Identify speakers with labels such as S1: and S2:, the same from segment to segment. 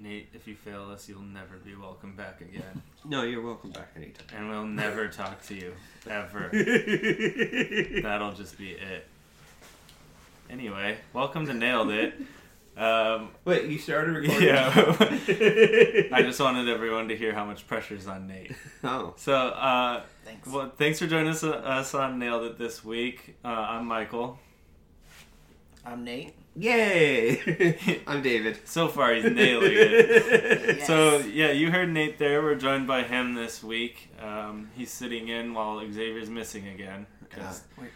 S1: Nate, if you fail us, you'll never be welcome back again.
S2: No, you're welcome back anytime.
S1: And we'll never talk to you. Ever. That'll just be it. Anyway, welcome to Nailed It. Um,
S2: Wait, you started recording?
S1: yeah. I just wanted everyone to hear how much pressure's on Nate.
S2: Oh.
S1: So, uh,
S3: Thanks.
S1: well, thanks for joining us, us on Nailed It this week. Uh, I'm Michael.
S3: I'm Nate.
S2: Yay! I'm David.
S1: So far, he's nailing it.
S3: Yes.
S1: So yeah, you heard Nate there. We're joined by him this week. Um, he's sitting in while Xavier's missing again because
S3: Where,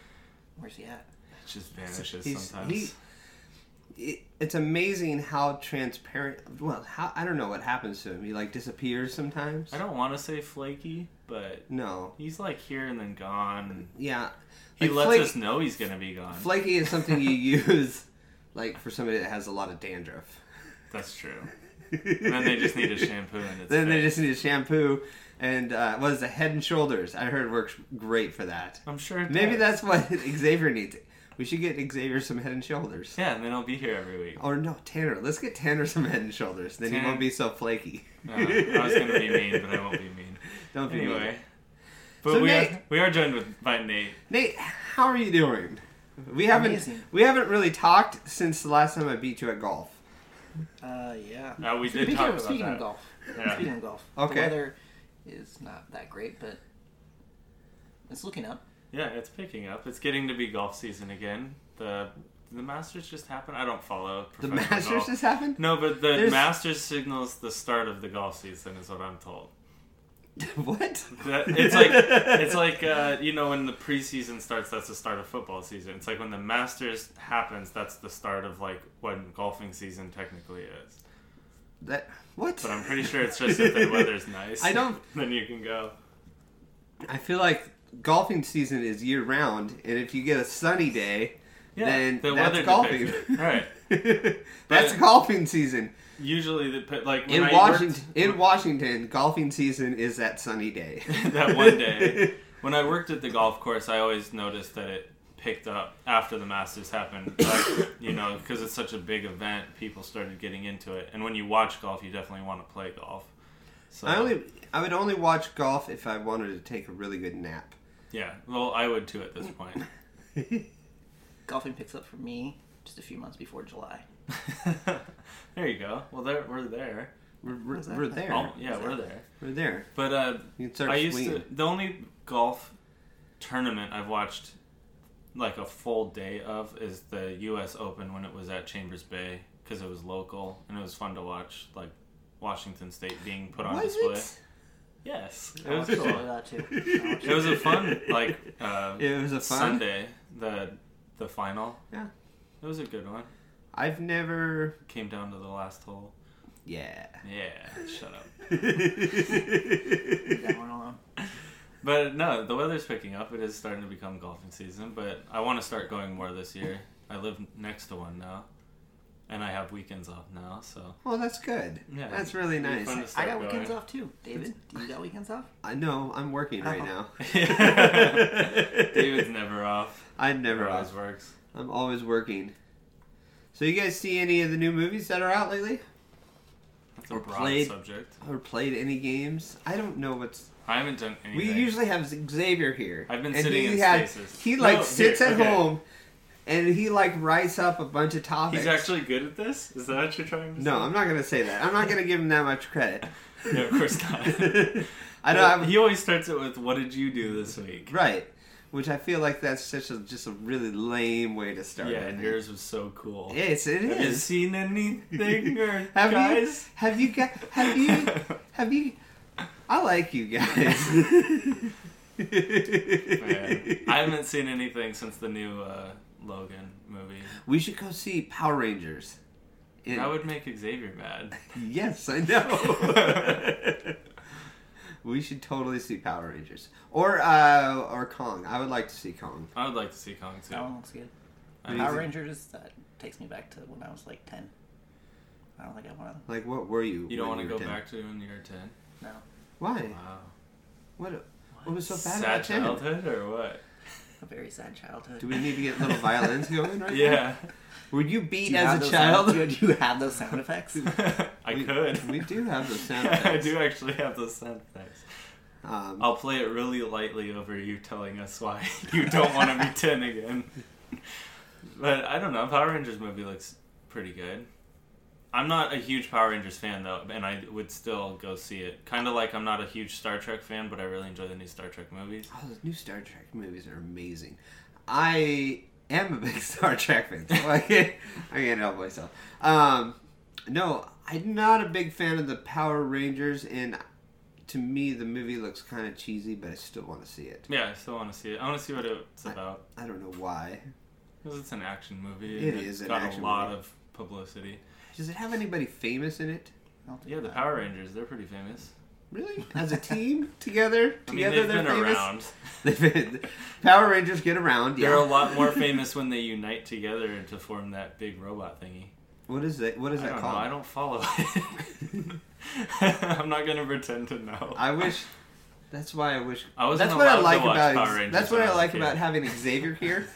S3: where's he at?
S1: it just vanishes
S2: He's-
S1: sometimes.
S2: he- it- it's amazing how transparent. Well, how I don't know what happens to him. He like disappears sometimes.
S1: I don't want to say flaky, but
S2: No.
S1: he's like here and then gone.
S2: Yeah.
S1: He lets
S2: Like, flake-
S1: us know he's gonna be gone.
S2: Flaky is something you use, like for somebody that has a lot of dandruff.
S1: That's true. And then they just need a shampoo and it's
S2: Then they
S1: fixed.
S2: just need a shampoo, and uh, what is it, Head and Shoulders? I heard works great for that.
S1: I'm sure. it
S2: Maybe
S1: does.
S2: that's what Xavier needs. We should get Xavier some Head and Shoulders.
S1: Yeah, and then I'll be here every week.
S2: Or no, Tanner. Let's get Tanner some Head and Shoulders. Then he
S1: Tanner-
S2: won't be so flaky.
S1: Uh, I was gonna be mean, but I won't be mean.
S2: Don't be anyway.
S1: Anyway, but
S2: So
S1: we
S2: Nate-
S1: are we are joined with by Nate.
S2: Nate, how are you doing? We haven't
S3: Amazing.
S2: we haven't really talked since the last time I beat you at golf.
S3: Uh, yeah.
S1: Uh, we did
S3: speaking
S1: talk
S3: of,
S1: about
S3: speaking
S1: that.
S3: of golf.
S1: Yeah.
S3: Speaking of golf.
S2: Okay.
S3: The weather is not that great, but it's looking up.
S1: Yeah, it's picking up. It's getting to be golf season again. The the Masters just happened. I don't follow
S2: The
S1: professional
S2: Masters
S1: golf.
S2: just happened.
S1: No, but the
S2: There's-
S1: Masters signals the start of the golf season, is what I'm told.
S2: what?
S1: That, it's like it's like uh, you know when the preseason starts, that's the start of football season. It's like when the Masters happens, that's the start of like when golfing season technically is.
S2: that what?
S1: But I'm pretty sure it's just if the weather's nice.
S2: I don't-
S1: Then you can go.
S2: I feel like golfing season is year round, and if you get a sunny day, then
S1: the
S2: that's
S1: weather
S2: golfing.
S1: depicts it. Right.
S2: that's
S1: But-
S2: golfing season
S1: Usually the pe- like when
S2: in
S1: I
S2: Washington.
S1: worked-
S2: in Washington, golfing season is that sunny day.
S1: that one day. When I worked at the golf course, I always noticed that it picked up after the Masters happened. Like, you know, because it's such a big event, people started getting into it. And when you watch golf, you definitely want to play golf. So
S2: I only I would only watch golf if I wanted to take a really good nap.
S1: yeah, well, I would too at
S2: Mm.
S1: this point.
S3: Golfing picks up for me just a few months before July.
S1: there you go. Well, there we're there.
S2: We're, we're,
S3: Is that-
S2: we're there.
S1: Oh, yeah, we're there.
S2: We're there.
S1: But uh,
S2: You can start
S1: I used
S2: swinging.
S1: to. The only golf tournament I've watched like a full day of is the U.S. Open when it was at Chambers Bay because it was local and it was fun to watch like Washington State being put on
S2: Was
S1: display.
S2: it?
S1: Yes, it
S3: I
S1: was.
S3: watched all of that too. I watched
S1: it was a fun like uh,
S2: It was a fun.
S1: Sunday the the final.
S2: Yeah.
S1: it was a good one.
S2: I've never.
S1: Came down to the last hole.
S2: Yeah.
S1: Yeah, shut up.
S3: that one alone.
S1: But no, the weather's picking up. It is starting to become golfing season, but I want to start going more this year. I live next to one now, and I have weekends off now, so
S2: well, that's good.
S1: yeah,
S2: That's really
S1: it'd be
S2: nice.
S1: fun to
S3: I
S1: start
S3: got
S1: going.
S3: weekends off too. David, do you got weekends off?
S2: I know. I'm working right
S3: Oh.
S2: now.
S1: David's never off.
S2: I never.
S1: He always works.
S2: I'm always working. So you guys see any of the new movies that are out lately,
S1: That's a
S2: Or
S1: broad
S2: played.
S1: subject.
S2: or played any games? I don't know what's.
S1: I haven't done
S2: We
S1: anything.
S2: usually have Xavier here.
S1: I've been
S2: and
S1: sitting
S2: he
S1: in
S2: had-
S1: stasis.
S2: He
S1: No,
S2: like
S1: here,
S2: sits at
S1: okay.
S2: home, and he like writes up a bunch of topics.
S1: He's actually good at this. Is that what you're trying to
S2: no, I'm not gonna say that. I'm not gonna give him that much credit.
S1: say? No, of course not.
S2: I don't. have
S1: He always starts it with, "What did you do this week?"
S2: Right. Which I feel like that's such a just a really lame way to start.
S1: Yeah,
S2: I
S1: and
S2: think.
S1: yours was so cool.
S2: Yes, it
S1: Have you
S2: is.
S1: seen anything or
S2: Have you-
S1: guys?
S2: Have you got? Have you? Have you? I like you guys.
S1: Man, I haven't seen anything since the new uh, Logan movie.
S2: we should go see Power Rangers. It-
S1: That would make Xavier mad.
S2: yes, I know. we should totally see Power Rangers or uh, or Kong. I would like to see Kong.
S1: I would like to see Kong too.
S3: That
S2: Oh,
S3: one looks good.
S1: I
S2: Easy.
S3: Power Rangers that takes me back to when I was like ten. I don't think I want
S2: Like, what were you?
S1: You don't
S2: when
S1: want to
S2: were
S1: go
S2: 10?
S1: back to when you were ten.
S3: to. No,
S2: Why?
S1: Wow.
S2: What? What was so bad
S1: Sad
S2: about 10?
S1: childhood or what?
S3: a very sad childhood.
S2: Do we need to get little violins going right now?
S1: Yeah.
S2: Were you
S3: Do
S2: beat
S3: you have
S2: as a
S3: those
S2: child?
S3: Sound, do you have those sound effects?
S1: I I
S2: We-
S1: could.
S2: we do have those sound
S1: I
S2: effects.
S1: do actually have those sound effects.
S2: Um,
S1: I'll play it really lightly over you telling us why you don't want to be 10 again. But I don't know. Power Rangers movie looks pretty good. I'm not a huge Power Rangers fan, though, and I would still go see it. Kind of like I'm not a huge Star Trek fan, but I really enjoy the new Star Trek movies.
S2: Oh, those new Star Trek movies are amazing. I am a big Star Trek fan, so I can't, I can't help myself. Um, no, I'm not a big fan of the Power Rangers, and to me, the movie looks kind of cheesy, but I still want to see it.
S1: Yeah, I still want to see it. I want to see what it's about.
S2: I don't know why.
S1: Because it's an action movie.
S2: It
S1: and
S2: is an
S1: got
S2: action
S1: a lot
S2: movie.
S1: of publicity.
S2: Does it have anybody famous in it?
S3: I'll do
S1: Yeah, the
S3: that.
S1: Power Rangers, they're pretty famous.
S2: Really? As a team? together?
S1: I mean,
S2: Together
S1: they've
S2: they're
S1: been
S2: famous?
S1: around.
S2: They've been, Power Rangers get around.
S1: They're
S2: yeah.
S1: a lot more famous when they unite together to form that big robot thingy.
S2: What is that? What is
S1: I
S2: that
S1: don't
S2: called?
S1: know. I don't follow it. I'm not gonna pretend to know.
S2: I wish. That's why I wish.
S1: I wasn't
S2: that's what I
S1: allowed to
S2: like
S1: watch
S2: about.
S1: Power
S2: ex-
S1: Rangers
S2: that's what
S1: when I
S2: I
S1: was a
S2: like
S1: kid.
S2: about having Xavier here.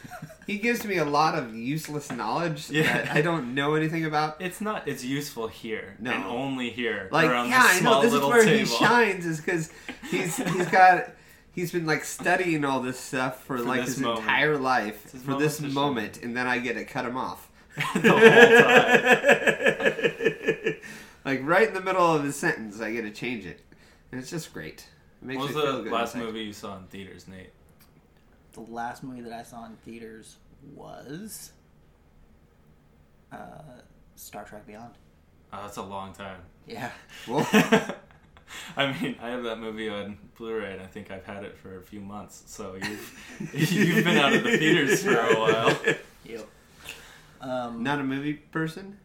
S2: he gives me a lot of useless knowledge
S1: Yeah.
S2: that I don't know anything about.
S1: It's not. It's useful here
S2: No.
S1: and only here.
S2: Like,
S1: around
S2: yeah,
S1: this
S2: I know
S1: small
S2: this is
S1: little
S2: where
S1: table.
S2: he shines, is because he's he's got he's been like studying all this stuff for,
S1: For
S2: like
S1: this
S2: his
S1: moment.
S2: entire life
S1: his
S2: for this
S1: moment to
S2: moment, and then I get to cut him off.
S1: The whole
S2: like right in the middle of his sentence, I get to change it, and it's just great. It makes
S1: What was
S2: me feel
S1: the
S2: good
S1: last
S2: inside.
S1: movie you saw in theaters, Nate?
S3: The last movie that I saw in theaters was uh, Star Trek Beyond.
S1: Oh, that's a long time.
S3: Yeah.
S2: Well,
S1: I mean, I have that movie on Blu-ray, and I think I've had it for a few months. So you've you've been out of the theaters for a while.
S3: Yep. Um,
S2: Not a movie person?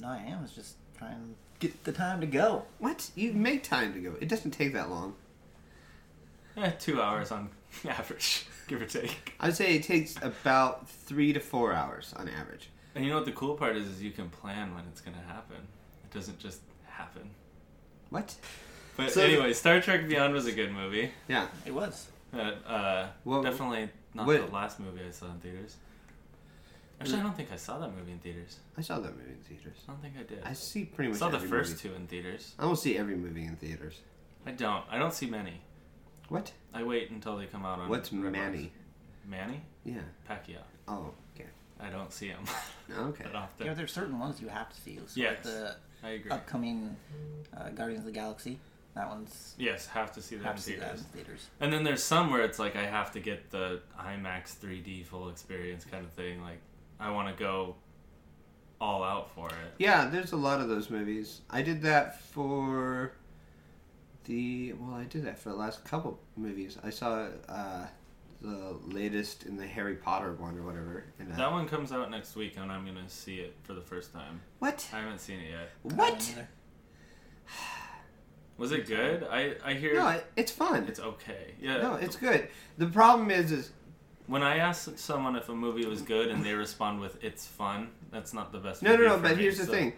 S3: no, I am. I was just trying to get the time to go.
S2: What? You make time to go. It doesn't take that long.
S1: Eh, two hours on average, give or take.
S2: I'd say it takes about three to four hours on average.
S1: And you know what the cool part is? Is you can plan when it's gonna happen. It doesn't just happen.
S2: What?
S1: But
S2: So-
S1: anyway, Star Trek Beyond was a good movie.
S2: Yeah.
S3: It was.
S1: Uh, uh,
S2: What-
S1: definitely not
S2: what-
S1: the last movie I saw in theaters. Actually, I don't think I saw that movie in theaters.
S2: I saw that movie in theaters.
S1: I don't think I did.
S2: I see
S1: I
S2: pretty much
S1: saw the
S2: every
S1: first
S2: movie.
S1: two in theaters.
S2: I don't see every movie in theaters.
S1: I don't. I don't see many.
S2: What?
S1: I wait until they come out on.
S2: What's
S1: Redbox.
S2: Manny?
S1: Manny
S2: Yeah.
S1: Pacquiao.
S2: Oh, okay.
S1: I don't see him
S2: Okay.
S1: that
S3: Yeah,
S1: often.
S3: there's certain ones you have to see. So
S1: Yes.
S3: like the
S1: I agree.
S3: upcoming uh, Guardians of the Galaxy. That one's
S1: Yes, have to see that
S3: have
S1: in
S3: to see that
S1: theaters.
S3: in theaters.
S1: And then there's some where it's like I have to get the IMAX 3D full experience kind of thing. Like I want to go all out for it.
S2: Yeah, there's a lot of those movies. I did that for the well, I did that for the last couple movies. I saw uh, the latest in the Harry Potter one or whatever. And, uh,
S1: That one comes out next week, and I'm gonna see it for the first time.
S2: what?
S1: I haven't seen it yet.
S2: What?
S3: That
S1: Was it good? I I hear
S2: No, it- it's fun.
S1: it's okay. Yeah.
S2: No, it's good. The problem is, is
S1: When I ask someone if a movie was good and they respond with "It's fun," that's not the best.
S2: no, no,
S1: review
S2: no.
S1: for
S2: But
S1: me,
S2: here's the
S1: so-
S2: thing: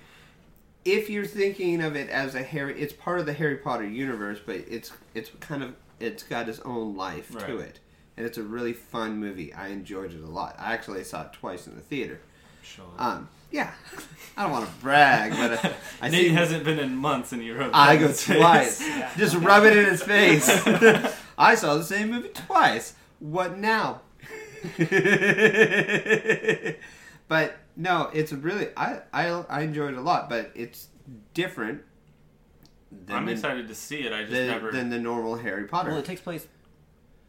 S2: if you're thinking of it as a Harry, it's part of the Harry Potter universe, but it's it's kind of it's got its own life to
S1: Right.
S2: it, and it's a really fun movie. I enjoyed it a lot. I actually saw it twice in the theater.
S1: Sure.
S2: Um, yeah, I don't want to brag, but uh, I
S1: Nate
S2: see.
S1: hasn't been in months, and you wrote.
S2: I
S1: that
S2: go
S1: in space.
S2: twice. Just rub it in his face. I saw the same movie twice. What now? but no, it's really I, I I enjoyed it a lot, but it's different than
S1: I'm
S2: the,
S1: excited to see it. I just
S2: than-
S1: never.
S2: than the normal Harry Potter.
S3: Well, it takes place.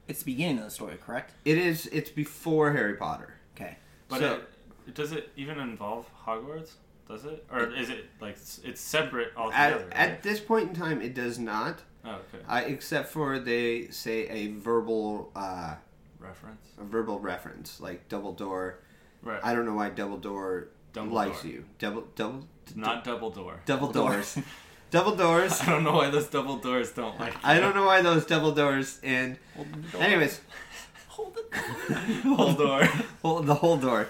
S3: It's the beginning of the story, correct?
S2: it is it's before Harry Potter.
S3: Okay.
S1: But
S2: So-
S1: it- it, does it even involve Hogwarts? Does it, or is it like s- it's separate altogether?
S2: At, at this point in time, it does not,
S1: right? oh, okay,
S2: uh, except for they say a verbal uh,
S1: reference.
S2: a verbal reference like double door.
S1: Right,
S2: I don't know why double door
S1: Dumbledore.
S2: likes you. Double double
S1: not double door.
S2: double doors. double doors.
S1: I don't know why those double doors don't like.
S2: I don't know why those double doors and
S3: Hold the door.
S2: anyways,
S3: Hold the
S1: Double door.
S2: whole, the whole door.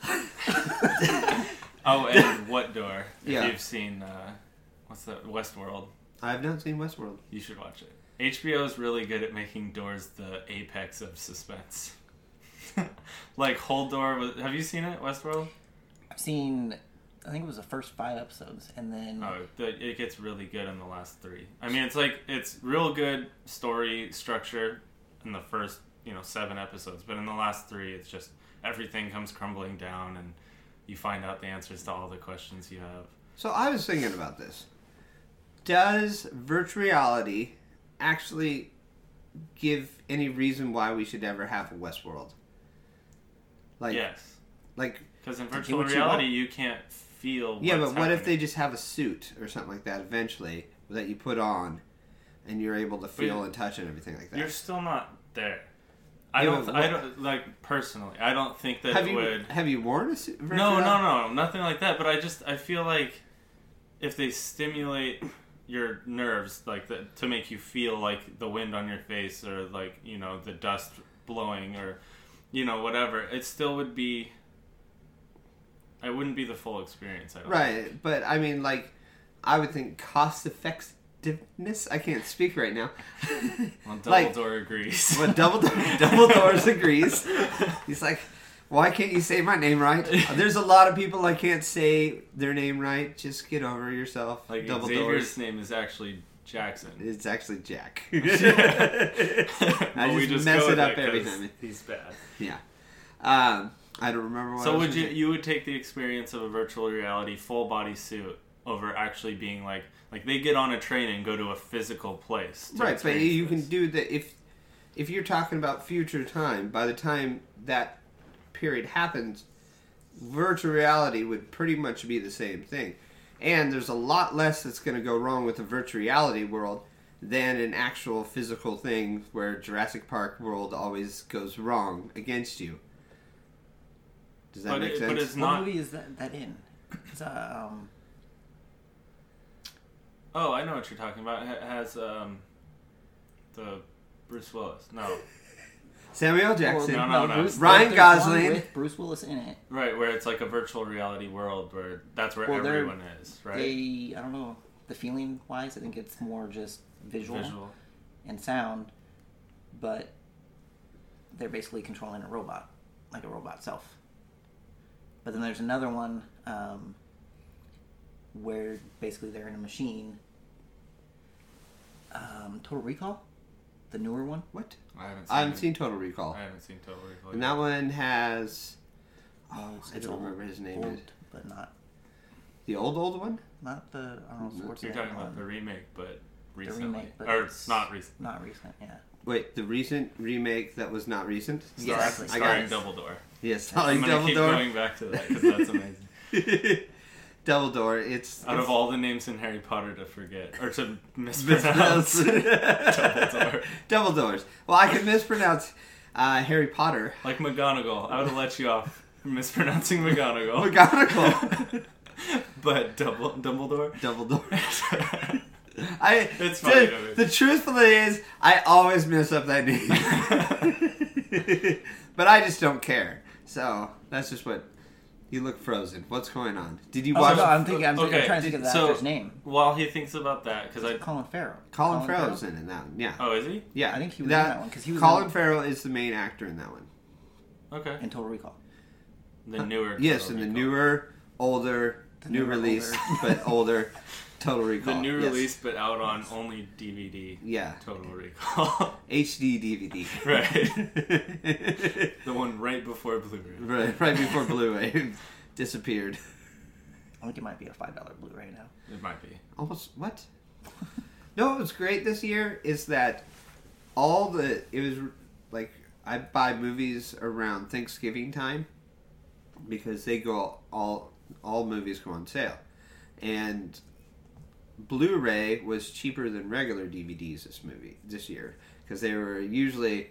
S1: Oh, and what door? If
S2: Yeah.
S1: you've seen uh, what's that? Westworld.
S2: I've not seen Westworld.
S1: You should watch it. HBO is really good at making doors the apex of suspense. like whole door. Was, have you seen it? Westworld.
S3: I've seen I think it was the first five episodes, and then
S1: Oh, the, it gets really good in the last three. I mean, it's like it's real good story structure in the first you know seven episodes, but in the last three, it's just everything comes crumbling down, and you find out the answers to all the questions you have.
S2: So I was thinking about this. Does virtual reality actually give any reason why we should ever have a Westworld? Like,
S1: yes,
S2: like,
S1: because in
S2: do
S1: virtual
S2: what you
S1: reality, you, can't feel.
S2: yeah, but
S1: what's
S2: what if they
S1: happening.
S2: just have a suit or something like that eventually that you put on, and you're able to feel
S1: you-
S2: and touch and everything like
S1: You're
S2: that?
S1: still not there. I
S2: Yeah,
S1: don't.
S2: but
S1: I
S2: what-
S1: don't like personally. I don't think that
S2: Have
S1: it
S2: you
S1: would.
S2: have you worn a suit? virtual
S1: No, no, no,
S2: reality?
S1: nothing like that. But I just I feel like if they stimulate your nerves like that to make you feel like the wind on your face or like you know the dust blowing or you know whatever, it still would be. It wouldn't be the full experience. I don't
S2: Right, but I mean, like, I would think cost effectiveness. I can't speak right now.
S1: Think. Well,
S2: Like-
S1: Dumbledore agrees.
S2: Well, Dumbledore, Dumbledore's agrees. He's like, why can't you say my name right? There's a lot of people I can't say their name right. Just get over yourself.
S1: Like
S2: Dumbledore's.
S1: Xavier's name is actually Jackson.
S2: It's actually Jack.
S1: I
S2: I just mess it up every
S1: every
S2: time.
S1: He's bad.
S2: yeah. Um, I don't remember what I
S1: So
S2: was
S1: would you
S2: gonna
S1: you would take the experience of a virtual reality full body suit over actually being like like they get on a train and go to a physical place.
S2: say.
S1: to
S2: Right, but
S1: experience
S2: you can
S1: this.
S2: do that if if you're talking about future time, by the time that period happens, virtual reality would pretty much be the same thing. And there's a lot less that's going to go wrong with the virtual reality world than an actual physical thing where Jurassic Park world always goes wrong against you. Does that
S1: But
S2: make
S1: it- but
S2: sense?
S1: it's
S3: what
S1: not-
S3: movie is that, that in? It's uh, um,
S1: Oh, I know what you're talking about. It has um the Bruce Willis. No,
S2: Samuel
S3: or-
S2: Jackson.
S1: No, no, no.
S3: Bruce-
S2: Ryan
S3: there's one
S2: Gosling.
S3: with Bruce Willis in it.
S1: right where it's like a virtual reality world where that's where
S3: Well, they're-
S1: everyone is, right?
S3: They, I don't know, the feeling wise, I think it's more just visual,
S1: Visual.
S3: and sound, but they're basically controlling a robot, like a robot self. But then there's another one um, where basically they're in a machine. Um, Total Recall, the newer one.
S2: What?
S1: I haven't seen.
S2: I haven't
S1: it.
S2: seen Total Recall.
S1: I haven't seen Total Recall.
S2: And that one has.
S3: No, it's-
S2: Oh, I
S3: it's
S2: don't
S3: old-
S2: remember his name.
S3: old, but not
S2: The old, old one?
S3: not the I don't know. What's
S1: You're
S3: that
S1: talking about
S3: one?
S2: um,
S1: the remake, but
S3: The
S1: recently,
S3: remake, but
S1: or
S3: it's
S1: not recent.
S3: Not recent, yeah.
S2: Wait, the recent remake that was not recent?
S3: Yeah. Exactly.
S1: Starring,
S2: I
S1: starring
S2: got it.
S1: Dumbledore.
S2: Yes,
S1: I'm gonna keep
S2: Dumbledore.
S1: going back to that because that's amazing.
S2: Dumbledore, it's.
S1: Out
S2: it's
S1: of all the names in Harry Potter to forget or to mispronounce,
S2: mispronounced.
S1: Dumbledore.
S2: Dumbledore's. Well, I could mispronounce uh, Harry Potter.
S1: like McGonagall, I would have let you off for mispronouncing McGonagall.
S2: McGonagall.
S1: but Double Dumbledore.
S2: Dumbledore. I,
S1: It's
S2: the,
S1: funny, though.
S2: the truth of it is, I always mess up that name. but I just don't care. So, that's just what. You look frozen. What's going on? Did you
S3: Oh,
S2: watch
S3: no, I'm thinking. I'm,
S1: Okay,
S3: I'm trying to think of the
S1: so-
S3: actor's name.
S1: While he thinks about that, because I
S3: Colin Farrell.
S2: Colin, Farrell's in that one? Yeah.
S1: oh is he
S2: Yeah,
S3: I think he was in that one, 'cause he was
S2: Colin
S3: in-
S2: Farrell is the main actor in that one.
S1: okay
S3: in Total Recall.
S1: the newer
S2: Yes, in
S1: Total
S2: the
S1: Recall.
S2: newer, older,
S3: The
S2: new
S3: newer,
S2: release,
S3: older.
S2: but older Total Recall.
S1: the new
S2: Yes.
S1: release, but out on only DVD.
S2: Yeah,
S1: Total Recall,
S2: HD DVD.
S1: Right. the one right before Blu-ray.
S2: right, right before Blu-ray disappeared.
S3: I think it might be a five dollar blue right now.
S1: It might be.
S2: Almost what? No, what was great this year is that all the it was like I buy movies around Thanksgiving time because they go all all movies go on sale, and Blu-ray was cheaper than regular DVDs this movie this year because they were usually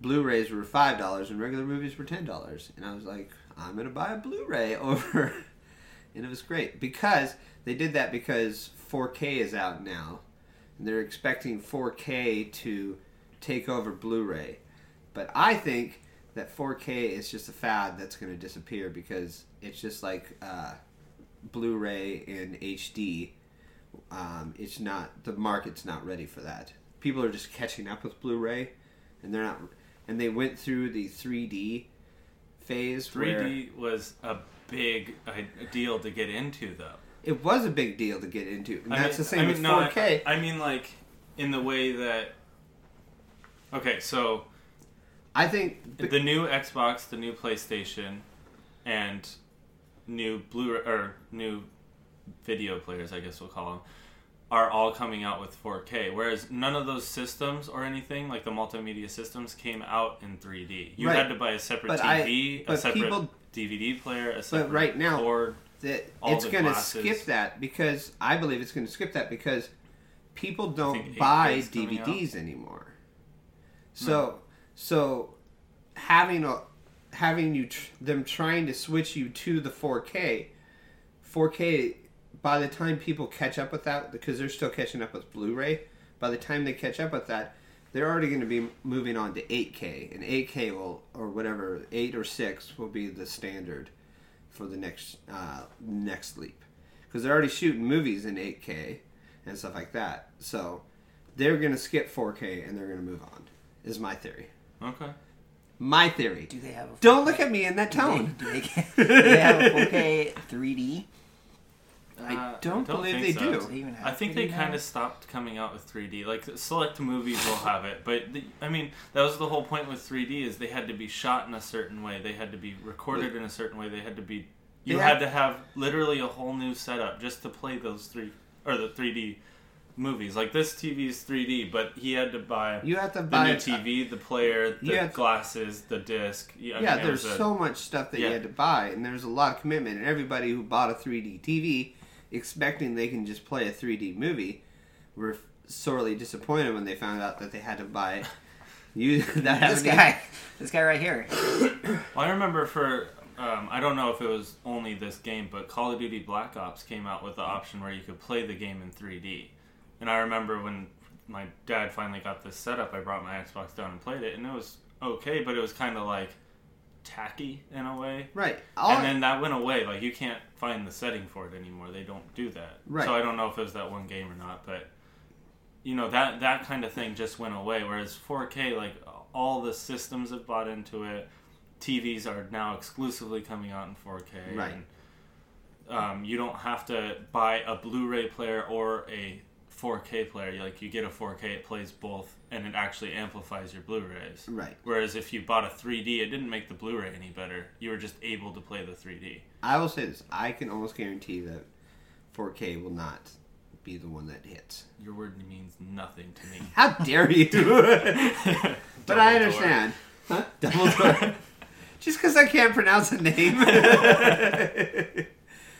S2: Blu-rays were five dollars and regular movies were ten dollars, and I was like, I'm gonna buy a Blu-ray over, and it was great because they did that because 4K is out now, and they're expecting 4K to take over Blu-ray, but I think that 4K is just a fad that's gonna disappear because it's just like uh, Blu-ray and HD. Um, it's not the market's not ready for that. People are just catching up with Blu-ray, and they're not. And they went through the 3D phase. where-
S1: 3D was a big uh, deal to get into, though.
S2: It was a big deal to get into. And
S1: I mean-
S2: that's the same
S1: I mean,
S2: with
S1: no,
S2: 4K.
S1: I- I mean, like in the way that. Okay, so
S2: I think
S1: the new Xbox, the new PlayStation, and new Blu or new video players, I guess we'll call them, are all coming out with 4K. Whereas none of those systems or anything like the multimedia systems came out in 3D. You
S2: Right.
S1: had to buy a separate
S2: But I-
S1: TV, a
S2: but
S1: separate
S2: people-
S1: DVD player, a separate
S2: right now-
S1: cord.
S2: that
S1: all
S2: it's
S1: the
S2: going to
S1: glasses.
S2: skip that because I believe it's going to skip that because people
S1: think
S2: don't
S1: 8K
S2: buy
S1: is coming out. Hmm.
S2: DVDs anymore. So so having a having you tr- them trying to switch you to the 4K 4K by the time people catch up with that because they're still catching up with Blu-ray by the time they catch up with that they're already going to be moving on to 8K and 8K will or whatever 8 or 6 will be the standard for the next uh, next leap because they're already shooting movies in 8K and stuff like that. So they're gonna skip 4K and they're gonna move on. Is my theory.
S1: Okay.
S2: My theory.
S3: Do they have a
S2: Don't look at me in that tone.
S3: Do they, do they have a 4K 3D?
S2: I
S1: Uh,
S2: don't believe
S1: think
S2: they
S1: so.
S2: do.
S3: Do they even have
S1: I think
S3: 3D
S1: they
S3: now?
S1: kind of stopped coming out with 3D. Like select movies will have it, but the, I mean that was the whole point with 3D is they had to be shot in a certain way, they had to be recorded in a certain way, they had to be you
S2: They
S1: had
S2: had-
S1: to have literally a whole new setup just to play those three or the 3D movies. Like this TV is 3D, but he had to buy
S2: You have to
S1: the
S2: buy.
S1: new TV, the player, the
S2: You have to-
S1: glasses, the disc. Yeah, I mean,
S2: Yeah,
S1: it
S2: there's
S1: was a-
S2: so much stuff that
S1: Yeah.
S2: you had to buy, and there's a lot of commitment. And everybody who bought a 3D TV, expecting they can just play a 3D movie, were sorely disappointed when they found out that they had to buy. You that
S3: This
S2: haven't even-
S3: guy, this guy right here.
S1: Well, I remember for um, I don't know if it was only this game, but Call of Duty Black Ops came out with the option where you could play the game in 3D. And I remember when my dad finally got this setup, I brought my Xbox down and played it, and it was okay, but it was kind of like tacky in a way.
S2: Right. All,
S1: and then that went away. Like you can't find the setting for it anymore. They don't do that.
S2: Right.
S1: So I don't know if it was that one game or not, but you know that that kind of thing just went away. Whereas 4K, like all the systems have bought into it. TVs are now exclusively coming out in 4K.
S2: Right.
S1: And, um, you don't have to buy a Blu-ray player or a 4K player. You- Like you get a 4K, it plays both, and it actually amplifies your Blu-rays.
S2: right.
S1: Whereas if you bought a 3D, it didn't make the Blu-ray any better. You were just able to play the 3D.
S2: I will say this: I can almost guarantee that 4K will not be the one that hits.
S1: Your word means nothing to me.
S2: How dare you? but I
S1: Dumbledore.
S2: understand. Huh? Dumbledore. Just because I can't pronounce a name.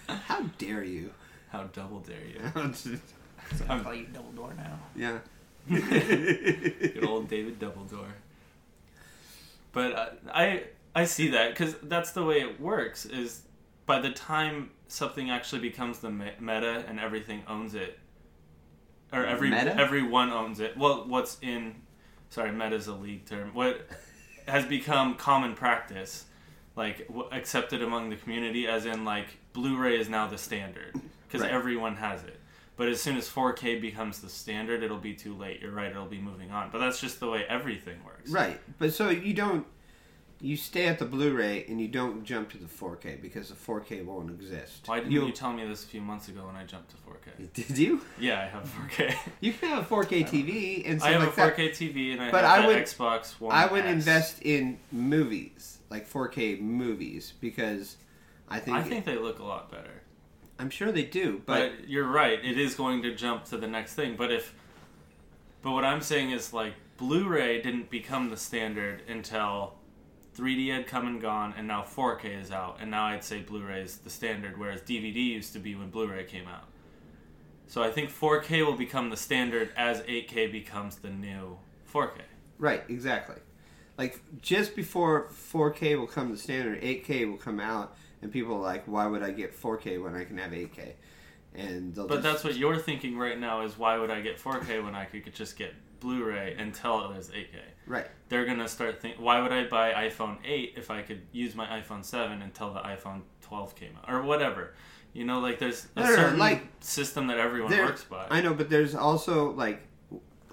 S2: How dare you?
S1: How double dare you?
S3: So I
S1: I'm-
S3: call you Double Door now.
S2: yeah.
S1: Good old David Dumbledore. But uh, I I see that because that's the way it works. Is by the time something actually becomes the me- meta and everything owns it, or every
S2: Meta?
S1: everyone owns it. Well, what's in sorry, meta is a league term. What has become common practice, like w- accepted among the community, as in like Blu-ray is now the standard because
S2: Right.
S1: everyone has it. But as soon as 4K becomes the standard, it'll be too late. You're right; it'll be moving on. But that's just the way everything works.
S2: Right. But so you don't. You stay at the Blu-ray and you don't jump to the 4K because the 4K won't exist.
S1: Why didn't
S2: You'll-
S1: you tell me this a few months ago when I jumped to 4K?
S2: Did you?
S1: Yeah, I have 4K.
S2: You can have a 4K TV and
S1: I
S2: stuff
S1: have
S2: like
S1: a
S2: that.
S1: 4K TV and I
S2: But
S1: have
S2: I
S1: the
S2: would-
S1: Xbox One.
S2: I would
S1: X.
S2: invest in movies, like 4K movies, because I think,
S1: I think they look a lot better.
S2: I'm sure they do, but,
S1: But, you're right; it is going to jump to the next thing. But if, but what I'm saying is like Blu-ray didn't become the standard until 3D had come and gone, and now 4K is out, and now I'd say Blu-ray is the standard, whereas DVD used to be when Blu-ray came out. So I think 4K will become the standard as 8K becomes the new 4K.
S2: right, exactly. Like just before 4K will come to standard, 8K will come out, and people are like, "Why would I get 4K when I can have 8K?" And they'll
S1: But
S2: just,
S1: that's what you're thinking right now is why would I get 4K when I could just get Blu-ray until it was 8K?
S2: right,
S1: They're gonna start thinking, why would I buy iPhone 8 if I could use my iPhone 7 until the iPhone 12 came out or whatever? You know, like there's a
S2: No, no, no,
S1: certain
S2: like,
S1: system that everyone
S2: there-
S1: works by.
S2: I know, but there's also like,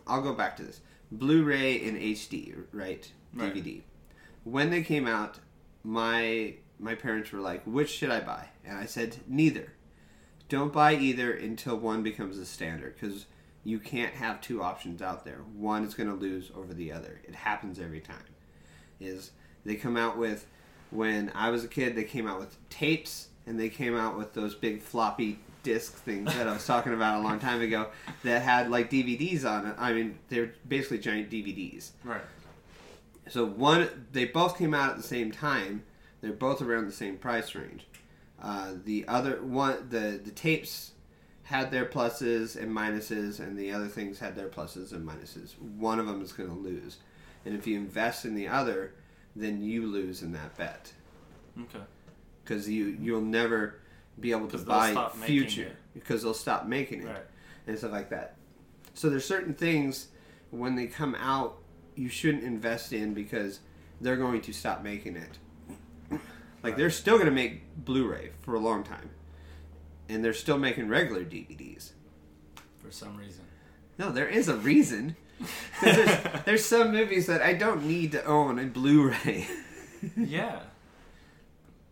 S2: I'll go back to this Blu-ray and HD, right?
S1: Right.
S2: DVD. When they came out, my my parents were like, "Which should I buy?" And I said, "Neither. Don't buy either until one becomes the standard because you can't have two options out there. One is going to lose over the other. It happens every time." Is they come out with when I was a kid, they came out with tapes and they came out with those big floppy disk things that I was talking about a long time ago that had like DVDs on it. I mean, they're basically giant DVDs.
S1: Right.
S2: So one, they both came out at the same time. They're both around the same price range. Uh, the other one, the the tapes had their pluses and minuses, and the other things had their pluses and minuses. One of them is going to lose, and if you invest in the other, then you lose in that bet
S1: Okay.
S2: because you you'll never be able to
S1: 'Cause they'll
S2: buy
S1: stop making
S2: future
S1: it.
S2: because they'll stop making it
S1: Right.
S2: and stuff like that. So there's certain things when they come out you shouldn't invest in because they're going to stop making it. Like they're still going to make Blu-ray for a long time, and they're still making regular DVDs.
S1: For some reason.
S2: No, there is a reason. 'Cause There's, there's some movies that I don't need to own in Blu-ray,
S1: yeah.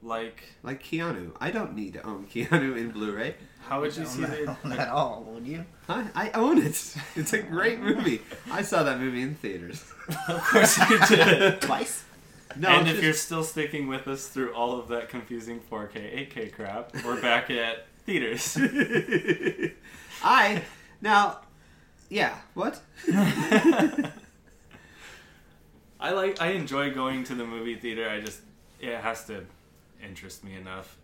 S1: Like,
S2: like Keanu. I don't need to own Keanu in Blu-ray.
S1: how would you
S3: Don't
S1: see the?
S3: know at all, would you?
S2: I, I own it. It's a great movie. I saw that movie in theaters.
S1: Of course you did.
S3: Twice.
S2: No,
S1: and
S2: it's
S1: if
S2: just-
S1: you're still sticking with us through all of that confusing 4K, 8K crap, we're back at theaters.
S2: I now, yeah. What?
S1: I like I enjoy going to the movie theater. I just it has to interest me enough.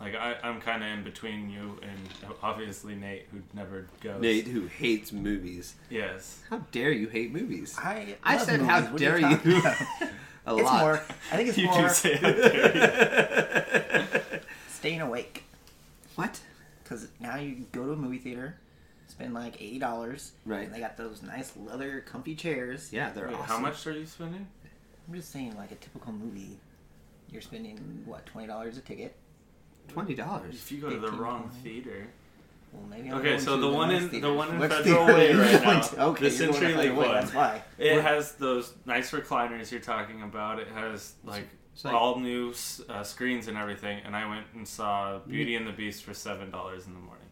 S1: Like I, I'm kind of in between you and obviously Nate, who never goes.
S2: Nate, who hates movies.
S1: Yes.
S2: How dare you hate movies?
S3: I.
S2: I
S3: love
S2: said,
S3: movies.
S2: "How
S3: What are
S2: dare
S3: talking
S2: you?"
S3: about?
S2: A
S3: it's
S2: lot.
S3: more. I think it's
S1: You
S3: more
S1: do say how dare
S3: staying awake
S2: What?
S3: because now you go to a movie theater, spend like eighty dollars,
S2: Right.
S3: And they got those nice leather, comfy chairs.
S2: Yeah, they're
S1: you. Wait,
S2: awesome.
S1: How much are you spending?
S3: I'm just saying, like a typical movie, you're spending what twenty dollars a ticket.
S2: Twenty dollars.
S1: If you go to the
S3: 15,
S1: wrong
S3: 20.
S1: theater.
S3: Well, maybe. I'm
S1: Okay,
S3: going
S1: so
S3: to
S1: the one
S3: nice
S1: in- the
S3: theaters.
S1: one in
S3: Which
S1: Federal
S3: theater
S1: Way
S3: are you
S1: right
S3: going
S1: now.
S3: to? Okay,
S1: The
S3: you're going to
S1: CenturyLink
S3: Federal Way,
S1: one.
S3: That's why.
S1: It
S2: What?
S1: has those nice recliners you're talking about. It has like,
S2: It's like-
S1: all new s- uh, screens and everything. And I went and saw Beauty and the Beast for seven dollars in the morning,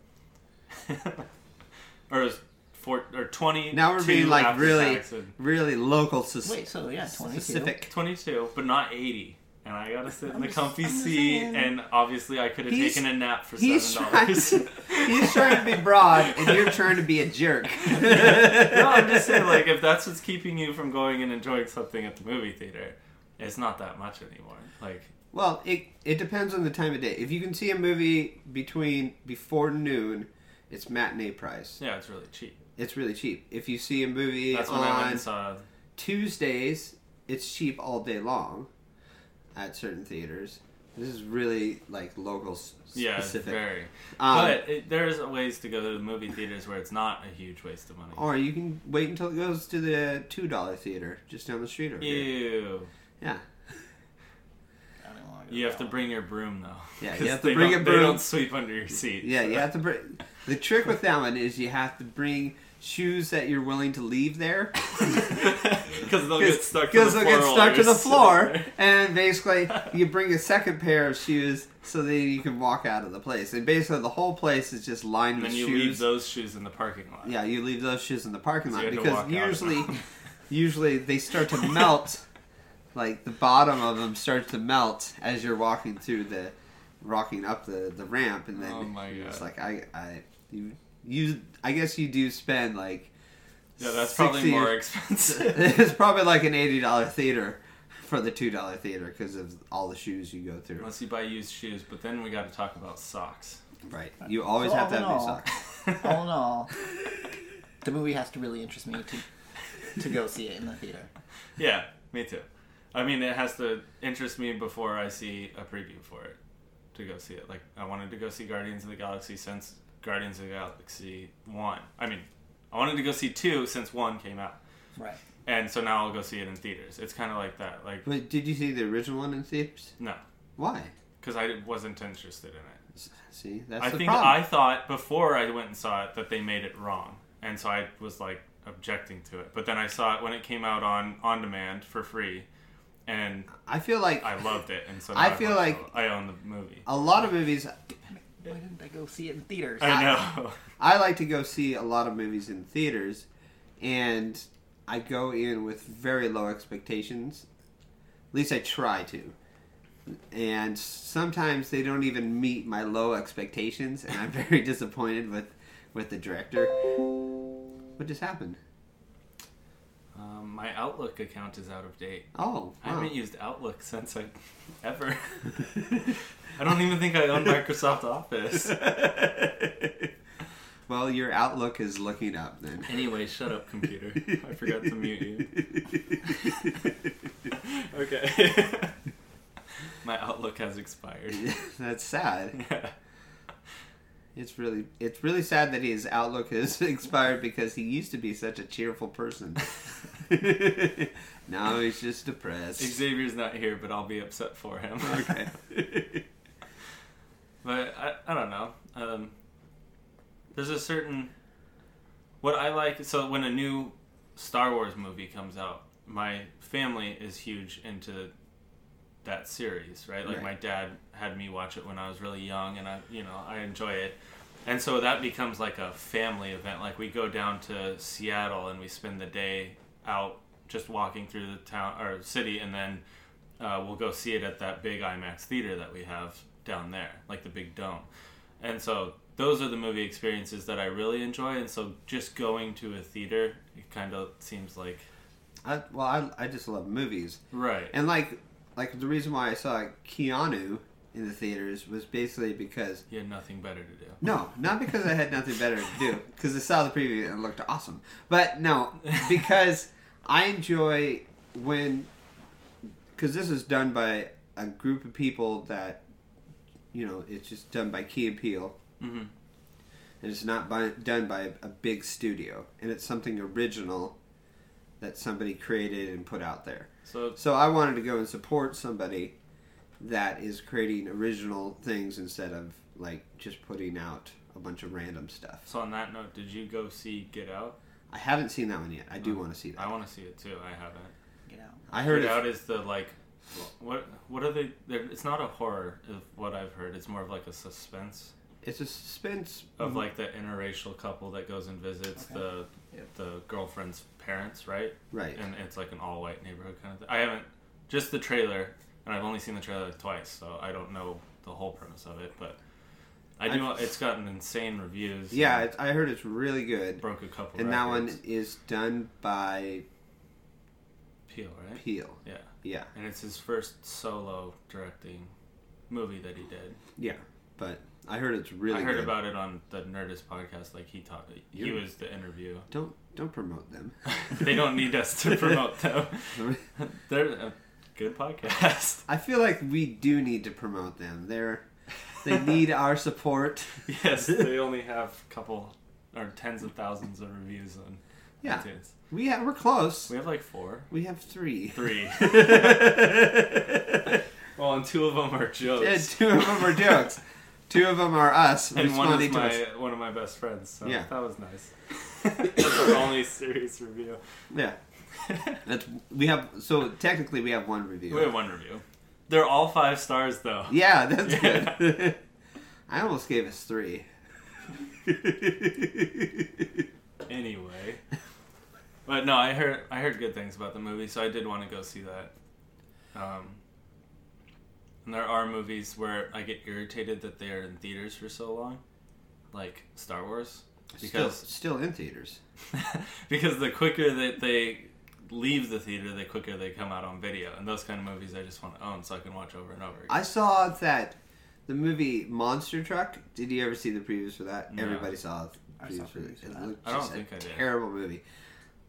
S1: or it was four or twenty.
S2: Now we're being like really, really local, sus-
S3: Wait, so yeah, twenty
S2: specific.
S1: twenty-two, but not eighty. And I gotta sit in
S3: I'm
S1: the
S3: just-
S1: comfy
S3: I'm just
S1: seat,
S3: saying.
S1: and obviously I could have
S2: He's-
S1: taken a nap for
S2: he's
S1: seven dollars.
S2: He's trying to be broad, and you're trying to be a jerk.
S1: no, I'm just saying, like, if that's what's keeping you from going and enjoying something at the movie theater, it's not that much anymore. Like,
S2: Well, it it depends on the time of day. If you can see a movie between before noon, it's matinee price.
S1: yeah, it's really cheap.
S2: It's really cheap. If you see a movie
S1: That's when I went
S2: on
S1: and saw.
S2: Tuesdays, it's cheap all day long at certain theaters. This is really like local s-
S1: Yeah, it's
S2: specific.
S1: very.
S2: Um,
S1: but it, there's ways to go to the movie theaters where it's not a huge waste of money.
S2: or you can wait until it goes to the two dollar theater just down the street over here.
S1: Ew.
S2: Yeah,
S1: You have to bring your broom though.
S2: Yeah, you
S1: 'Cause
S2: have to
S1: they
S2: bring
S1: don't-
S2: a
S1: They
S2: broom.
S1: don't sweep under your seat.
S2: yeah.
S1: so-
S2: You have to bring. The trick with that one is you have to bring shoes that you're willing to leave there.
S1: Because they'll get stuck. to
S2: because
S1: the
S2: they'll get
S1: floor
S2: stuck
S1: while
S2: to
S1: you're
S2: the
S1: sitting
S2: floor,
S1: there.
S2: and basically you bring a second pair of shoes so that you can walk out of the place. And basically, the whole place is just lined
S1: And
S2: with
S1: then you leave
S2: shoes.
S1: those shoes in the parking lot.
S2: yeah, you leave those shoes in the parking
S1: So you
S2: lot
S1: have to walk out
S2: because
S1: in them.
S2: usually, usually they start to melt. Like the bottom of them starts to melt as you're walking through the, walking up the the ramp, and then
S1: Oh my
S2: it's
S1: God.
S2: like I I you you I guess you do spend like
S1: Yeah, that's probably
S2: 60
S1: more expensive.
S2: it's probably like an eighty dollar theater for the two dollar theater because of all the shoes you go through.
S1: Unless you buy used shoes, but then we got to talk about socks.
S2: Right, you always
S3: So
S2: have to
S3: all
S2: have new
S3: in all-
S2: socks.
S3: all in all, the movie has to really interest me to to go see it in the theater.
S1: Yeah, me too. I mean, it has to interest me before I see a preview for it to go see it. Like, I wanted to go see Guardians of the Galaxy since Guardians of the Galaxy 1. I mean, I wanted to go see 2 since 1 came out.
S3: Right.
S1: And so now I'll go see it in theaters. It's kind of like that. Like,
S2: But did you see the original one in theaters?
S1: no,
S2: Why?
S1: because I wasn't interested in it.
S2: S- See, that's
S1: I
S2: the
S1: think
S2: problem.
S1: I thought before I went and saw it that they made it wrong, and so I was like objecting to it. But then I saw it when it came out on on demand for free, and
S2: I feel like
S1: I loved it. And so now
S2: I
S1: I've
S2: feel
S1: watched
S2: like-
S1: it all. I own the movie.
S2: a lot of movies.
S3: Why didn't I go see it in theaters?
S1: I know.
S2: I like to go see a lot of movies in theaters, and I go in with very low expectations. At least I try to. And sometimes they don't even meet my low expectations, and I'm very disappointed with with the director. What just happened?
S1: Um, my Outlook account is out of date.
S2: Oh,
S1: I haven't
S2: wow.
S1: used Outlook since I ever. I don't even think I own Microsoft Office.
S2: well, your outlook is looking up then.
S1: Anyway, shut up, computer. I forgot to mute you. Okay. My Outlook has expired.
S2: That's sad.
S1: Yeah.
S2: It's really it's really sad that his outlook has expired because he used to be such a cheerful person. now he's just depressed.
S1: Xavier's not here, but I'll be upset for him.
S2: Okay.
S1: but I, I don't know. Um, there's a certain what I like. So when a new Star Wars movie comes out, my family is huge into that series, right? Like
S2: Right.
S1: my dad had me watch it when I was really young, and I, you know, I enjoy it. And so that becomes like a family event. Like we go down to Seattle and we spend the day out just walking through the town or city, and then uh, we'll go see it at that big IMAX theater that we have down there, like the big dome. And so those are the movie experiences that I really enjoy. And so just going to a theater, it kind of seems like
S2: I, well, I, I just love movies,
S1: right.
S2: and like like the reason why I saw Keanu in the theaters was basically because
S1: You had nothing better to do.
S2: No, not because I had nothing better to do. Because I saw the preview and it looked awesome. But no, because I enjoy when. Because this is done by a group of people that, you know, it's just done by Key and Peele.
S1: Mm-hmm.
S2: And it's not by, done by a big studio. And it's something original that somebody created and put out there.
S1: So
S2: So I wanted to go and support somebody that is creating original things instead of like just putting out a bunch of random stuff.
S1: so on that note, did you go see Get Out?
S2: I haven't seen that one yet. I do want to see
S1: Uh-huh. I
S2: that.
S1: want to see it too. I haven't.
S3: Get out.
S2: I heard
S1: Get
S2: it.
S1: Out is the like what what are they? they're- It's not a horror of what I've heard. It's more of like a suspense
S2: It's a suspense.
S1: of like the interracial couple that goes and visits the
S3: Yeah.
S1: the girlfriend's parents, right?
S2: right.
S1: and it's like an all white neighborhood kind of thing. I haven't just the trailer, and I've only seen the trailer twice, so I don't know the whole premise of it. But I do. it's gotten insane reviews.
S2: Yeah,
S1: and
S2: it, I heard it's really good.
S1: broke a couple.
S2: And that one
S1: records.
S2: is done by
S1: Peel, right?
S2: Peel.
S1: Yeah,
S2: Yeah,
S1: and it's his first solo directing movie that he did.
S2: yeah. But I heard it's really.
S1: I heard
S2: good.
S1: about it on the Nerdist podcast. Like he talked, he
S2: You-
S1: was the interview.
S2: Don't don't promote them.
S1: they don't need us to promote them. They're a good podcast.
S2: I feel like we do need to promote them. They're they need our support.
S1: Yes, they only have a couple or tens of thousands of reviews on
S2: Yeah.
S1: iTunes.
S2: We have, we're close.
S1: We have like four,
S2: We have three.
S1: three.
S2: and
S1: well, and two of them are jokes,
S2: two of them are jokes. Two of them are us
S1: and one
S2: responding
S1: is
S2: to
S1: my
S2: us.
S1: one of my best friends. So
S2: Yeah.
S1: that was nice. That's our only serious review.
S2: Yeah, that's we have. So technically, we have one review.
S1: We have one review. They're all five stars though.
S2: Yeah, that's
S1: Yeah.
S2: good. I almost gave us three.
S1: Anyway, but no, I heard I heard good things about the movie, so I did want to go see that. Um, and there are movies where I get irritated that they are in theaters for so long, like Star Wars.
S2: still,
S1: Because-
S2: still in theaters.
S1: because the quicker that they leave the theater, the quicker they come out on video. And those kind of movies I just want to own so I can watch over and over again.
S2: I saw that the movie Monster Truck. Did you ever see the previews for that?
S1: No.
S2: Everybody saw the
S3: I
S2: previews
S3: saw
S2: for it.
S3: previews for
S2: It
S3: that.
S2: looked
S1: I don't
S2: just
S1: think
S2: a
S1: I did.
S2: terrible movie.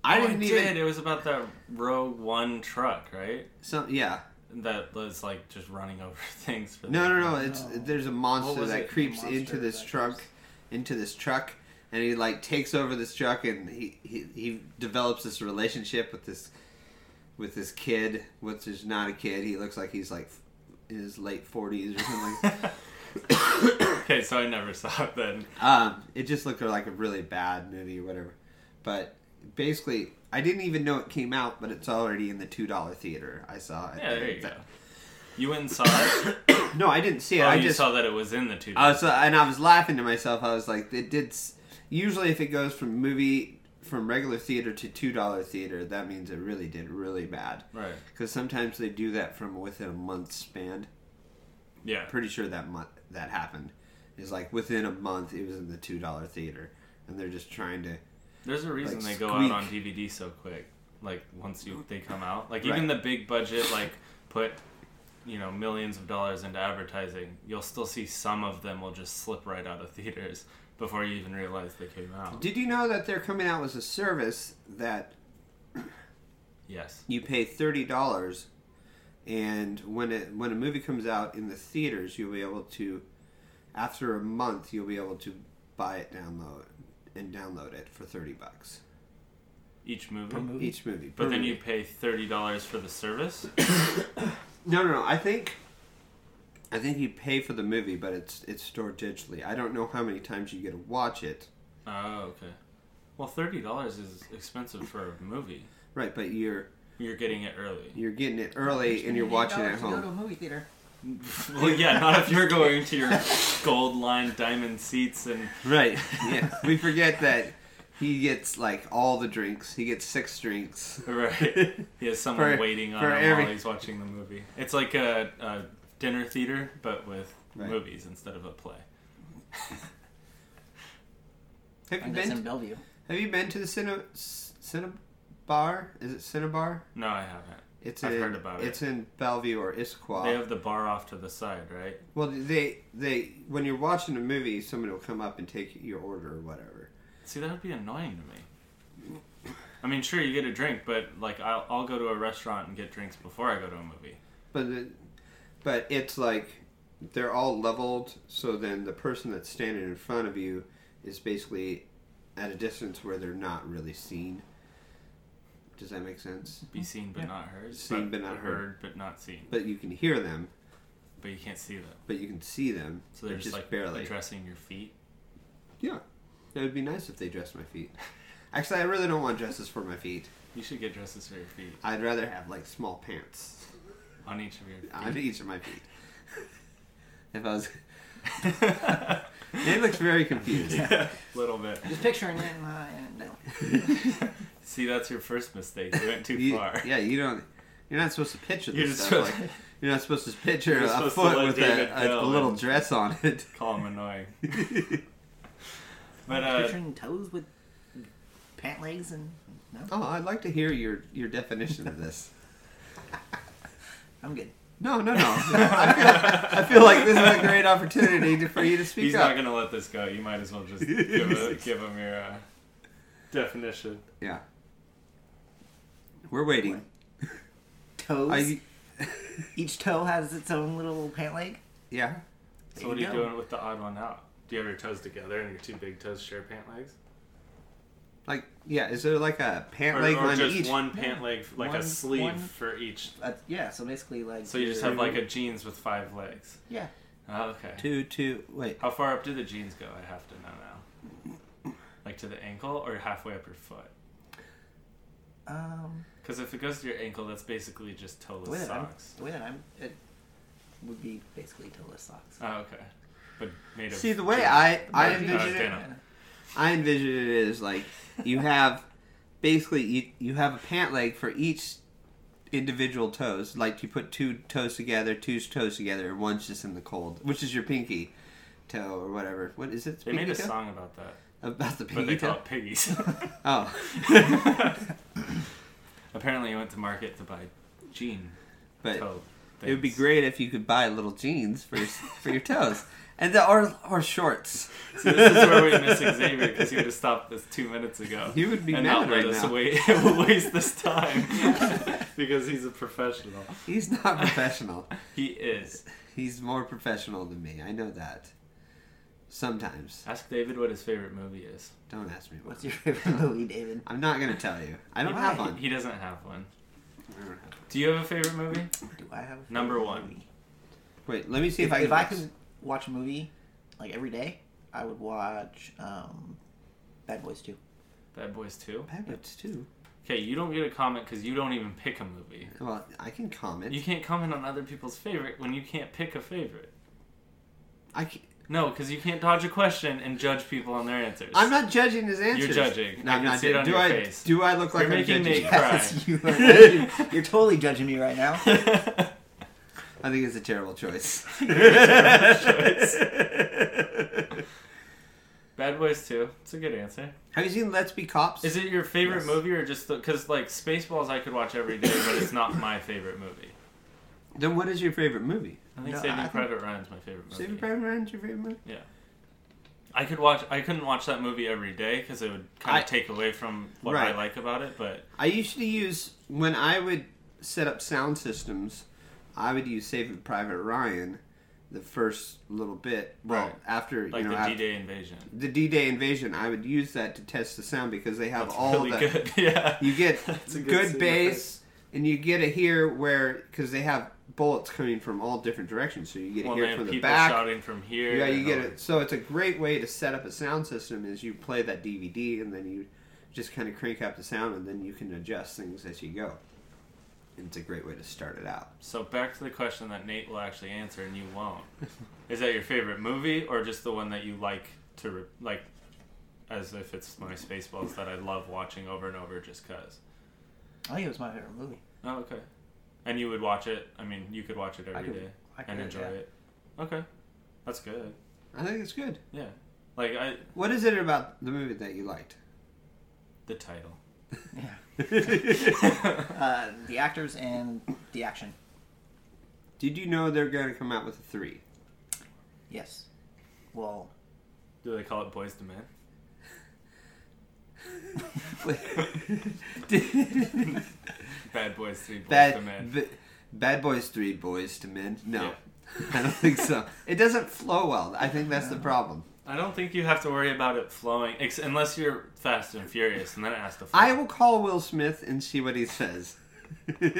S2: I didn't even.
S1: Did. Oh, It was about that Rogue One truck, right?
S2: Some yeah.
S1: That was like just running over things. For
S2: No,
S1: the-
S2: no, no. It's
S3: No.
S2: there's a
S1: What
S2: monster
S1: was
S2: that
S1: it?
S2: creeps
S3: Monster
S2: into this
S3: that
S2: truck,
S3: creeps.
S2: into this truck, and he like takes over this truck, and he, he he develops this relationship with this with this kid, which is not a kid. He looks like he's like in his late forties or something.
S1: okay, so I never saw it then.
S2: um, it just looked like a really bad movie or whatever. But basically, I didn't even know it came out, but it's already in the two dollar theater. I saw it.
S1: Yeah, there you go. You went and saw it.
S2: No, I didn't see it.
S1: oh,
S2: I
S1: you
S2: just
S1: saw that it was in the two.
S2: I was, and I was laughing to myself. I was like, it did. s- Usually, if it goes from movie from regular theater to two dollar theater, that means it really did really bad.
S1: right.
S2: Because sometimes they do that from within a month span.
S1: Yeah.
S2: Pretty sure that month that happened is like within a month it was in the two dollar theater, and they're just trying to.
S1: There's a reason
S2: like,
S1: they go
S2: squeak.
S1: out on DVD so quick. Like once you they come out, like
S2: Right.
S1: even the big budget, like put you know millions of dollars into advertising, you'll still see some of them will just slip right out of theaters before you even realize they came out.
S2: Did you know that they're coming out with a service that
S1: Yes.
S2: you pay thirty dollars, and when it when a movie comes out in the theaters, you'll be able to, after a month, you'll be able to buy it, download and download it for thirty bucks
S1: Each movie.
S3: movie.
S2: each movie. per
S1: But then you
S2: movie.
S1: pay thirty dollars for the service.
S2: no no no. I think, I think you pay for the movie, but it's it's stored digitally. I don't know how many times you get to watch it.
S1: Oh, okay. Well, thirty dollars is expensive for a movie.
S2: Right, but you're
S1: You're getting it early.
S2: you're getting it early and you're watching it at
S3: Go to a
S2: home.
S3: movie theater.
S1: Well, yeah, not if you're going to your gold-lined diamond seats and
S2: Right. Yeah. we forget that he gets like all the drinks. He gets six drinks.
S1: Right. He has someone
S2: For-
S1: waiting on
S2: for
S1: him
S2: every-
S1: while he's watching the movie. It's like a, a dinner theater, but with
S2: Right.
S1: movies instead of a play.
S2: Have you
S3: And that's
S2: been?
S3: in Bellevue.
S2: Have you been to the cine, cine bar? Is it Cinnabar?
S1: No, I haven't.
S2: It's
S1: I've
S2: in,
S1: heard about it.
S2: It's in Bellevue or Issaquah.
S1: They have the bar off to the side, right?
S2: well, they they when you're watching a movie, somebody will come up and take your order or whatever.
S1: See, that would be annoying to me. I mean, sure, you get a drink, but like I'll, I'll go to a restaurant and get drinks before I go to a movie.
S2: But the, but it's like they're all leveled, so then the person that's standing in front of you is basically at a distance where they're not really seen. Does that make sense?
S1: Be seen but
S3: Yeah.
S1: not heard.
S2: Seen but not heard.
S1: but not seen.
S2: But you can hear them,
S1: But you can't see them,
S2: but you can see them,
S1: so they're
S2: but
S1: just, like
S2: barely.
S1: addressing your feet.
S2: Yeah. It would be nice if they dressed my feet. Actually, I really don't want dresses for my feet.
S1: You should get dresses for your feet
S2: I'd rather have like small pants
S1: on each of your feet.
S2: on each of my feet. If I was, Nate looks very confused.
S1: yeah, little bit.
S3: Just picturing it and, uh, and no.
S1: See, that's your first mistake. You went too
S2: You-
S1: far.
S2: Yeah, you don't. You're not supposed to picture this
S1: You're just
S2: stuff.
S1: supposed-
S2: like, you're not supposed to picture
S1: You're
S2: a
S1: supposed to
S2: foot
S1: let
S2: with
S1: David
S2: a, a,
S1: know
S2: little
S1: and-
S2: dress on it.
S1: Call him annoying. But uh,
S3: picturing toes with pant legs and no,
S2: oh, I'd like to hear your your definition of this.
S3: I'm good.
S2: No, no, no. I feel, I feel like this is a great opportunity to, for you to speak
S1: he's
S2: up.
S1: not gonna let this go. You might as well just give, a, give him your uh, definition.
S2: Yeah. We're waiting.
S3: Toes.
S2: Are you,
S3: Each toe has its own little pant leg.
S2: yeah.
S1: So
S3: There
S1: what are
S3: you
S1: you
S3: go.
S1: doing with the odd one out? Do you have your toes together and your two big toes share pant legs,
S2: Like yeah, is there like a pant
S1: or,
S2: leg
S1: or
S2: on
S1: just
S2: each?
S1: one pant leg, like
S3: One-
S1: a sleeve
S3: one-
S1: for each?
S3: Uh, yeah. So basically, like.
S1: So you just
S3: your-
S1: have like a jeans with five legs.
S3: Yeah.
S1: Oh, okay.
S2: Two, two. Wait.
S1: How far up do the jeans go? I have to know now. Like to the ankle or halfway up your foot?
S3: Um,
S1: Because if it goes to your ankle, that's basically just
S3: the way
S1: toeless
S3: that I'm,
S1: socks.
S3: the way that I'm, it would be basically toeless socks.
S1: Oh, okay. But made of
S2: See the way
S1: jeans.
S2: I I
S1: Right.
S2: envision
S1: Okay.
S2: it, I envision it is like you have basically you you have a pant leg for each individual toes. Like you put two toes together, two toes together, and one's just in the cold, which is your pinky toe or whatever. What is it?
S1: They made
S2: Pinky
S1: a
S2: toe?
S1: song about that,
S2: about the
S1: but they
S2: pinky
S1: call
S2: toe.
S1: it piggies.
S2: Oh,
S1: Apparently, you went to market to buy jean
S2: but
S1: toe.
S2: It would be
S1: things.
S2: great if you could buy little jeans for your, for your toes, and the, or or shorts.
S1: See, this is where we miss Xavier because he would have stopped this two minutes ago.
S2: He would be
S1: and
S2: mad
S1: not
S2: right
S1: let us
S2: now.
S1: wait, waste this time because he's a professional.
S2: He's not professional.
S1: He is.
S2: He's more professional than me. I know that. Sometimes.
S1: Ask David what his favorite movie is.
S2: Don't ask me what.
S3: What's your favorite movie, David?
S2: I'm not gonna tell you. I don't
S1: He-
S2: have
S1: he-
S2: one.
S1: He doesn't have one.
S2: I don't have one.
S1: Do you have a favorite movie?
S3: Do I have a favorite
S1: Number one.
S3: Movie?
S2: Wait, let me see if,
S3: If,
S2: I can.
S3: if I
S2: guess.
S3: could watch a movie like every day, I would watch um, Bad Boys Two.
S1: Bad Boys Two.
S2: Bad Boys too.
S1: Okay, you don't get a comment because you don't even pick a movie.
S2: Well, I can comment.
S1: You can't comment on other people's favorite when you can't pick a favorite.
S2: I can,
S1: No, because you can't dodge a question and judge people on their answers.
S2: I'm not judging his answers.
S1: judging.
S2: No,
S1: I
S2: I'm
S1: can
S2: not.
S1: see it on
S2: do
S1: your
S2: I
S1: face.
S2: do I look like
S1: You're making
S2: I'm judging?
S1: me
S2: you?
S1: cry.
S3: Yes, you are. You're totally judging me right now.
S2: I think it's a terrible choice.
S1: Bad Boys Two. It's a good answer.
S2: Have you seen Let's Be Cops?
S1: Is it your favorite
S2: Yes.
S1: movie or just because like Spaceballs I could watch every day, but it's not my favorite movie.
S2: then what is your favorite movie?
S1: I think
S2: No,
S1: Saving
S2: I think-
S1: Private Ryan's my favorite movie.
S2: Saving Private Ryan's your favorite movie?
S1: I could watch. I couldn't watch that movie every day because it would kind
S2: I-
S1: of take away from what
S2: Right.
S1: I like about it. But
S2: I usually use when I would set up sound systems, I would use Saving Private Ryan, the first little bit. Well,
S1: Right.
S2: after
S1: like
S2: you know
S1: the
S2: af-
S1: D-Day invasion,
S2: the D-Day invasion, I would use that to test the sound because they have
S1: that's
S2: all
S1: really
S2: the
S1: good. Yeah,
S2: you get
S1: That's a
S2: good,
S1: good scene,
S2: bass and you get it here where because they have bullets coming from all different directions, so you get it
S1: well,
S2: here
S1: they have
S2: from the
S1: people
S2: back.
S1: shouting from here.
S2: Yeah, you
S1: and
S2: get
S1: all-
S2: it. So it's a great way to set up a sound system is you play that DVD and then you just kind of crank up the sound and then you can adjust things as you go. And it's a great way to start it out.
S1: So back to the question that Nate will actually answer and you won't. Is that your favorite movie or just the one that you like to re- like, as if it's my Spaceballs that I love watching over and over just cause?
S3: I think it was my favorite movie.
S1: Oh, okay. And you would watch it. I mean, you could watch it
S3: I
S1: every day
S3: could- I could
S1: and enjoy
S3: yeah.
S1: it. Okay, that's good.
S2: I think it's good.
S1: Yeah, like I
S2: What is it about the movie that you liked?
S1: the title.
S3: Uh, the actors and the action.
S2: Did you know they're going to come out with a three?
S3: Yes. Well,
S1: Do they call it Boys to Men? Bad Boys Three, Boys to
S2: Bad,
S1: Men.
S2: b- Bad Boys 3, Boys to Men? No.
S1: Yeah.
S2: I don't think so. It doesn't flow well. I think that's the problem.
S1: I don't think you have to worry about it flowing, ex- unless you're Fast and Furious, and then it has to flow.
S2: I will call Will Smith and see what he says.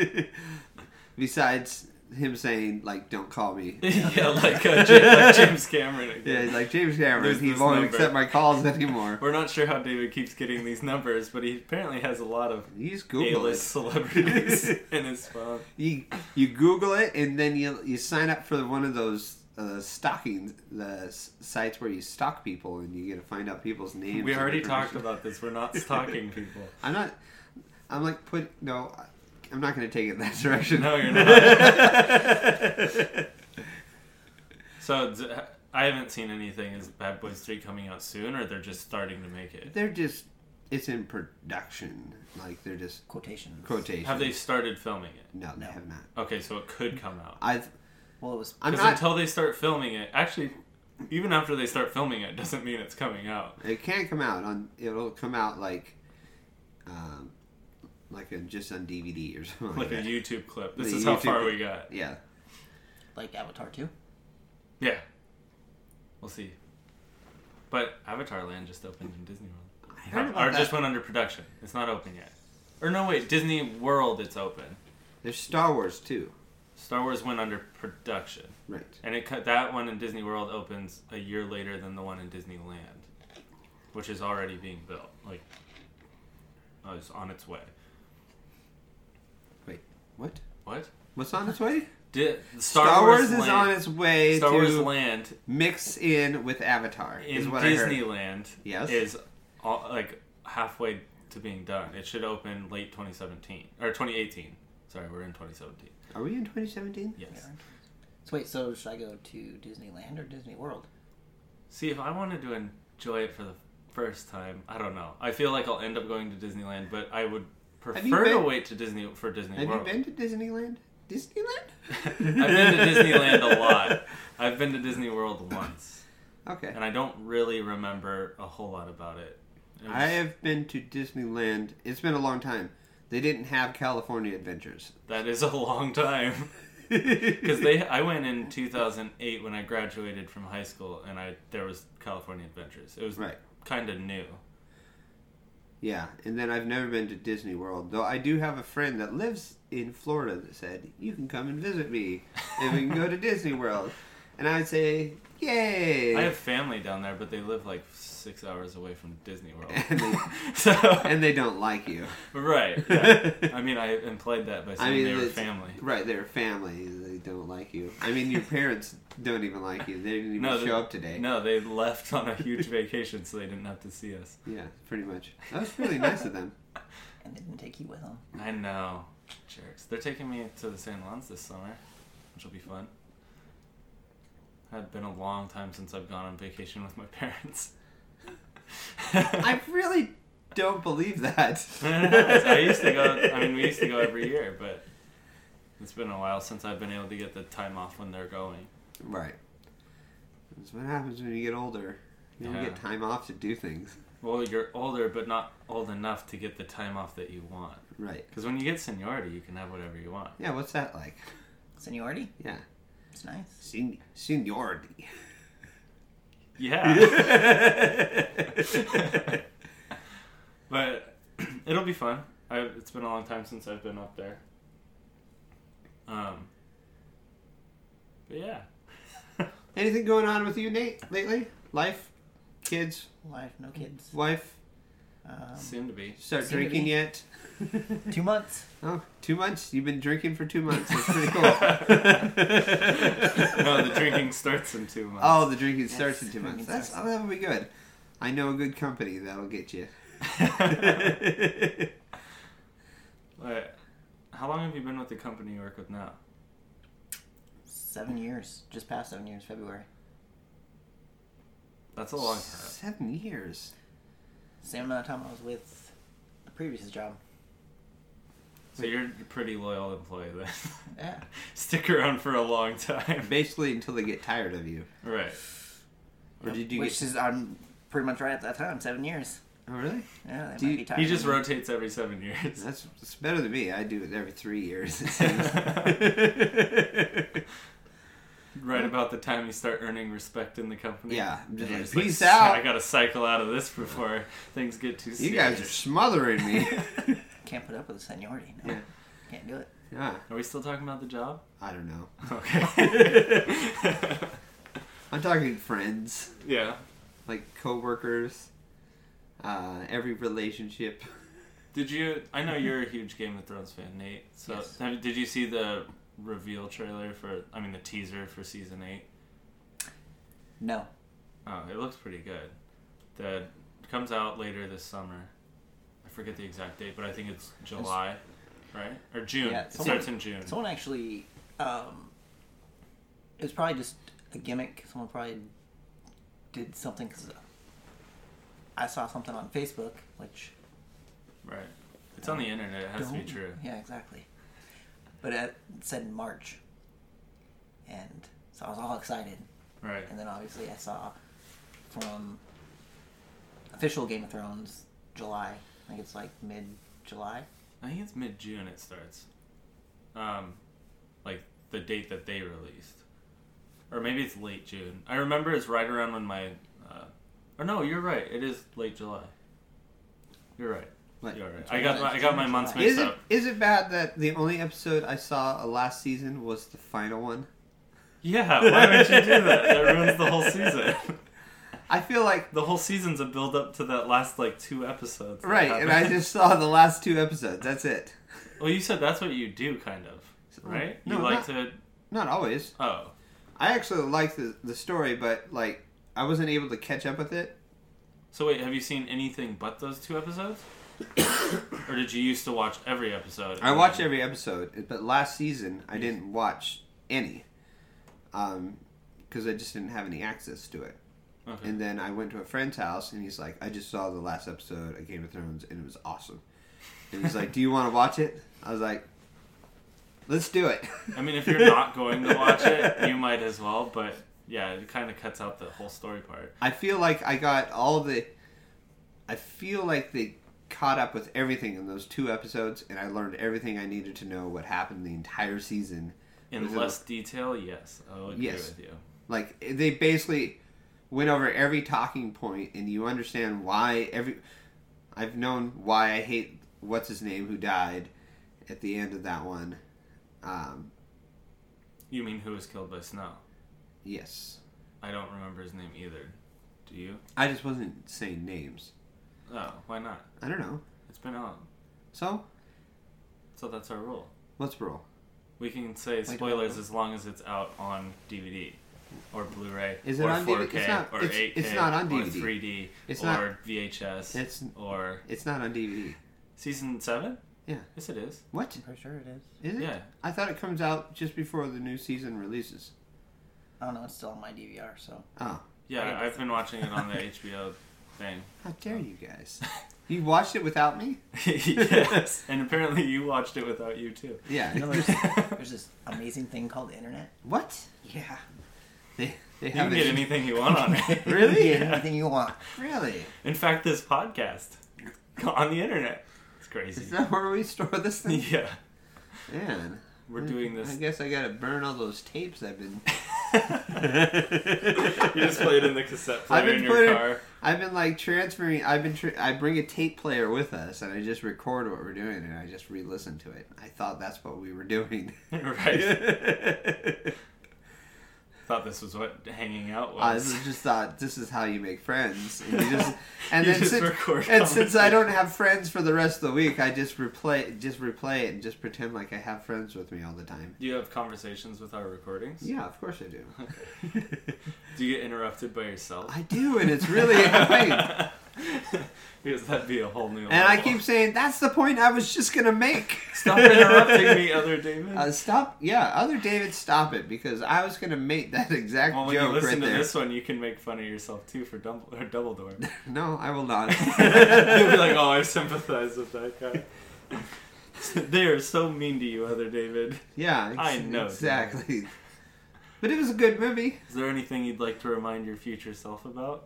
S2: Besides him saying like, "Don't call me."
S1: yeah, like, uh, James, like James Cameron. Again.
S2: Yeah, he's like James Cameron.
S1: There's
S2: He
S1: this
S2: won't
S1: number.
S2: accept my calls anymore.
S1: We're not sure how David keeps getting these numbers, but he apparently has a lot of
S2: You just Google
S1: A-list celebrities in his phone.
S2: it. You you Google it, and then you you sign up for one of those uh, stocking the s- sites where you stalk people, and you get to find out people's names.
S1: We
S2: and
S1: already talked
S2: information.
S1: about this. We're not stalking people.
S2: I'm not. I'm like put no. I- I'm not going to take it in that direction.
S1: No, you're not. So d- I haven't seen anything. Is Bad Boys Three coming out soon, or they're just starting to make it?
S2: they're just. It's in production. Like they're just
S3: quotations.
S2: quotation.
S1: Have they started filming it?
S2: No, they
S3: No.
S2: have not.
S1: Okay, so it could come out.
S2: I've.
S3: Well, it was.
S2: I'm
S1: Because
S2: not.
S1: until they start filming it, actually, even after they start filming it, doesn't mean it's coming out.
S2: it can't come out on. It'll come out like, um, like a, just on DVD or something
S1: Like
S2: like,
S1: a
S2: that.
S1: YouTube clip. This
S2: The
S1: is how
S2: YouTube-
S1: far we got.
S2: Yeah.
S3: like Avatar 2.
S1: Yeah, we'll see. But Avatar Land just opened in Disney World,
S2: I heard
S1: or
S2: about that.
S1: just went under production. It's not open yet. Or no, wait, Disney World. It's open.
S2: There's Star Wars too.
S1: Star Wars went under production.
S2: Right.
S1: And it cut that one in Disney World opens a year later than the one in Disneyland, which is already being built. Like, oh, it's on its way.
S2: What?
S1: What?
S2: What's on its way?
S1: Di-
S2: Star, Wars, is on its way
S1: Star
S2: to
S1: Wars Land
S2: mix in with Avatar.
S1: in
S2: is what I heard.
S1: Disneyland
S2: Yes.
S1: is all, like halfway to being done. It should open late 2017 or 2018. Sorry, we're in 2017.
S2: Are we in 2017?
S1: Yes.
S3: Yeah. So wait, so should I go to Disneyland or Disney World?
S1: See, if I wanted to enjoy it for the first time, I don't know. I feel like I'll end up going to Disneyland, but I would
S2: you
S1: prefer to
S2: been-
S1: wait to Disney for Disney
S2: Have
S1: World.
S2: you been to Disneyland? Disneyland?
S1: I've been to Disneyland a lot. I've been to Disney World once,
S2: Okay.
S1: and I don't really remember a whole lot about it. It was-
S2: I have been to Disneyland. It's been a long time. They didn't have California Adventures.
S1: that is a long time. Because they, I went in 2008 when I graduated from high school, and I there was California Adventures. It was
S2: Right.
S1: kind of new.
S2: Yeah, and then I've never been to Disney World, though I do have a friend that lives in Florida that said, You can come and visit me, and we can go to Disney World. And I would say, Yay!
S1: I have family down there, but they live like six hours away from Disney World.
S2: and, they,
S1: so
S2: and they don't like you.
S1: right, yeah. I mean, I implied that by saying
S2: I mean,
S1: they were
S2: it's-
S1: family.
S2: Right, they're family. They don't like you. I mean, your parents don't even like you. They didn't even
S1: No,
S2: show
S1: they-
S2: up today.
S1: No, they left on a huge vacation, so they didn't have to see us.
S2: Yeah, pretty much. That was really nice of them.
S3: and they didn't take you with them.
S1: I know, jerks. They're taking me to the San Lons this summer, which will be fun. It's been a long time since I've gone on vacation with my parents.
S2: I really don't believe that.
S1: I know, it's- I used to go. I mean, we used to go every year, but it's been a while since I've been able to get the time off when they're going.
S2: Right. That's what happens when you get older. You don't
S1: Yeah.
S2: get time off to do things.
S1: Well, you're older, but not old enough to get the time off that you want.
S2: Right.
S1: Because when you get seniority, you can have whatever you want.
S2: Yeah, what's that like?
S3: Seniority,
S2: Yeah.
S3: it's nice.
S2: Sen- seniority.
S1: Yeah, but it'll be fun. i it's been a long time since I've been up there. Um, but yeah,
S2: Anything going on with you, Nate, lately? Life? Kids?
S3: Life, no kids.
S2: Wife?
S3: Um,
S1: soon to be.
S2: Start
S3: Soon to
S2: drinking
S3: be.
S2: yet?
S3: two months.
S2: Oh, two months? You've been drinking for two months. That's pretty cool.
S1: No, the drinking starts in two months.
S2: oh, the drinking
S3: Yes,
S2: starts in two
S3: drinking
S2: months. That's, oh,
S3: starts.
S2: that'll be good. I know a good company that'll get you.
S1: But how long have you been with the company you work with now?
S3: Seven years, just past seven years, February.
S1: That's a long time.
S2: Seven years.
S3: Same amount of time I was with the previous job.
S1: So you're a pretty loyal employee then.
S3: Yeah.
S1: Stick around for a long time.
S2: Basically, until they get tired of you.
S1: Right.
S2: Or did you
S3: Which
S2: get.
S3: is I'm pretty much right at that time, seven years.
S2: Oh, really?
S3: Yeah, they
S2: Do
S3: might
S2: you-
S3: be tired.
S1: He just
S3: of me.
S1: rotates every seven years.
S2: That's, that's better than me. I do it every three years. It seems.
S1: right about the time you start earning respect in the company.
S2: Yeah, I'm just
S1: You're
S2: like,
S1: just
S2: "Peace
S1: "Shit,
S2: out."
S1: I gotta cycle out of this before things get too
S2: you
S1: serious.
S2: guys are smothering me.
S3: can't put up with the seniority. No,
S2: Yeah.
S3: can't do it.
S2: yeah,
S1: Are we still talking about the job?
S2: I don't know.
S1: Okay.
S2: I'm talking friends,
S1: yeah.
S2: like coworkers, uh, every relationship.
S1: Did you? I know you're a huge Game of Thrones fan, Nate. So
S3: Yes.
S1: have- did you see the reveal trailer for? I mean, the teaser for season eight.
S3: No,
S1: Oh, it looks pretty good. That comes out later this summer. I forget the exact date, but I think it's July, right? Or June.
S3: Yeah,
S1: it
S3: someone-
S1: starts in June.
S3: someone actually. Um, it was probably just a gimmick. Someone probably did something because I saw something on Facebook, which
S1: Right. It's on the internet. It has to be
S3: Don't-
S1: true.
S3: Yeah, exactly. But it said in March, and so I was all excited.
S1: Right.
S3: And then obviously I saw from official Game of Thrones July. I think it's like mid July.
S1: I think it's mid June it starts. Um, like the date that they released, or maybe it's late June. I remember it's right around when my. Uh, or no, you're right. It is late July. You're right.
S2: What?
S1: You're right. I got my, I got my months
S3: July.
S1: mixed
S2: Is it
S1: up.
S2: is it bad that the only episode I saw last season was the final one?
S1: Yeah. Why would you do that? That ruins the whole season.
S2: I feel like
S1: The whole season's a build up to that last like two episodes. that
S2: right, and I
S1: happened.
S2: just saw the last two episodes. That's it.
S1: Well, you said that's what you do, kind of, right?
S2: Oh, No,
S1: you like
S2: not-
S1: to.
S2: Not always.
S1: Oh,
S2: I actually liked the, the story, but like I wasn't able to catch up with it.
S1: So wait, have you seen anything but those two episodes? or did you used to watch every episode?
S2: I watch every episode, but last season I didn't watch any, um, because I just didn't have any access to it.
S1: Okay.
S2: And then I went to a friend's house, and he's like, "I just saw the last episode of Game of Thrones, and it was awesome." And he's like, "Do you want to watch it?" I was like, "Let's do it."
S1: I mean, if you're not going to watch it, you might as well. But yeah, it kind of cuts out the whole story part.
S2: I feel like I got all the. I feel like they caught up with everything in those two episodes, and I learned everything I needed to know what happened the entire season.
S1: In
S2: Was it-
S1: less detail, yes, I will agree
S2: Yes.
S1: with you.
S2: Like they basically went over every talking point, and you understand why every. I've known why I hate what's his name who died at the end of that one. Um,
S1: You mean who was killed by Snow?
S2: yes,
S1: I don't remember his name either. Do you?
S2: I just wasn't saying names.
S1: Oh, why not?
S2: I don't know.
S1: It's been on.
S2: So
S1: So that's our rule.
S2: let's roll.
S1: We can say
S3: don't
S1: spoilers
S2: uh,
S3: know.
S1: as long as it's out on DVD or Blu-ray
S2: Is it
S1: or
S2: on DVD?
S1: 4K
S2: It's not-
S1: or
S2: it's-
S1: 8K
S2: it's not on
S1: or
S2: DVD.
S1: 3D
S2: It's
S1: or
S2: not-
S1: VHS
S2: It's
S1: or
S2: it's not on DVD.
S1: season seven.
S2: Yeah.
S1: Yes, it is.
S2: What
S3: I'm pretty sure it is.
S2: is it?
S1: Yeah.
S2: I thought it comes out just before the new season releases.
S3: I don't know. It's still on my DVR, so
S2: Oh,
S1: Yeah,
S3: Yeah.
S1: I've been watching it on the HBO thing.
S2: how dare you guys! You watched it without me?
S1: yes, and apparently you watched it without you too.
S3: you know,
S2: Yeah.
S3: there's, there's this amazing thing called the internet.
S2: what?
S3: Yeah,
S2: They they
S1: You can
S2: have
S1: get
S2: it.
S1: anything you want on it.
S2: Really?
S3: You can get
S1: Yeah.
S3: anything you want.
S2: Really?
S1: In fact, this podcast on the internet. It's crazy.
S2: Is that where we store this thing?
S1: yeah,
S2: Man,
S1: we're
S2: I-
S1: doing this.
S2: I guess I gotta burn all those tapes I've been.
S1: you just play it in the cassette
S2: I've
S1: player
S2: been
S1: in your
S2: putting-
S1: car.
S2: I've been like transferring. I've been. Tra- I bring a tape player with us, and I just record what we're doing, and I just re-listen to it. I thought that's what we were doing.
S1: right. Thought this was what hanging out
S2: I
S1: was.
S2: was just thought this is how you make friends, and you just and
S1: You
S2: then
S1: just record
S2: since, and since I
S1: conversation.
S2: don't have friends for the rest of the week, I just replay just replay it and just pretend like I have friends with me all the time.
S1: Do you have conversations with our recordings?
S2: Yeah, of course I do.
S1: Do you get interrupted by yourself?
S2: I do, and it's really annoying.
S1: because that'd be a whole new.
S2: And I
S1: level.
S2: keep saying that's the point I was just gonna make.
S1: stop interrupting me, other David.
S2: Uh, stop. Yeah, other David, stop it because I was gonna make that exact
S1: well, Oh, when you
S2: joke
S1: listen
S2: right
S1: to
S2: there.
S1: this one, you can make fun of yourself too for Dumble- or Dumbledore.
S2: No, I will not.
S1: You'll be like, oh, I sympathize with that guy. they are so mean to you, other David.
S2: yeah, ex-
S1: I know,
S2: exactly. But it was a good movie.
S1: Is there anything you'd like to remind your future self about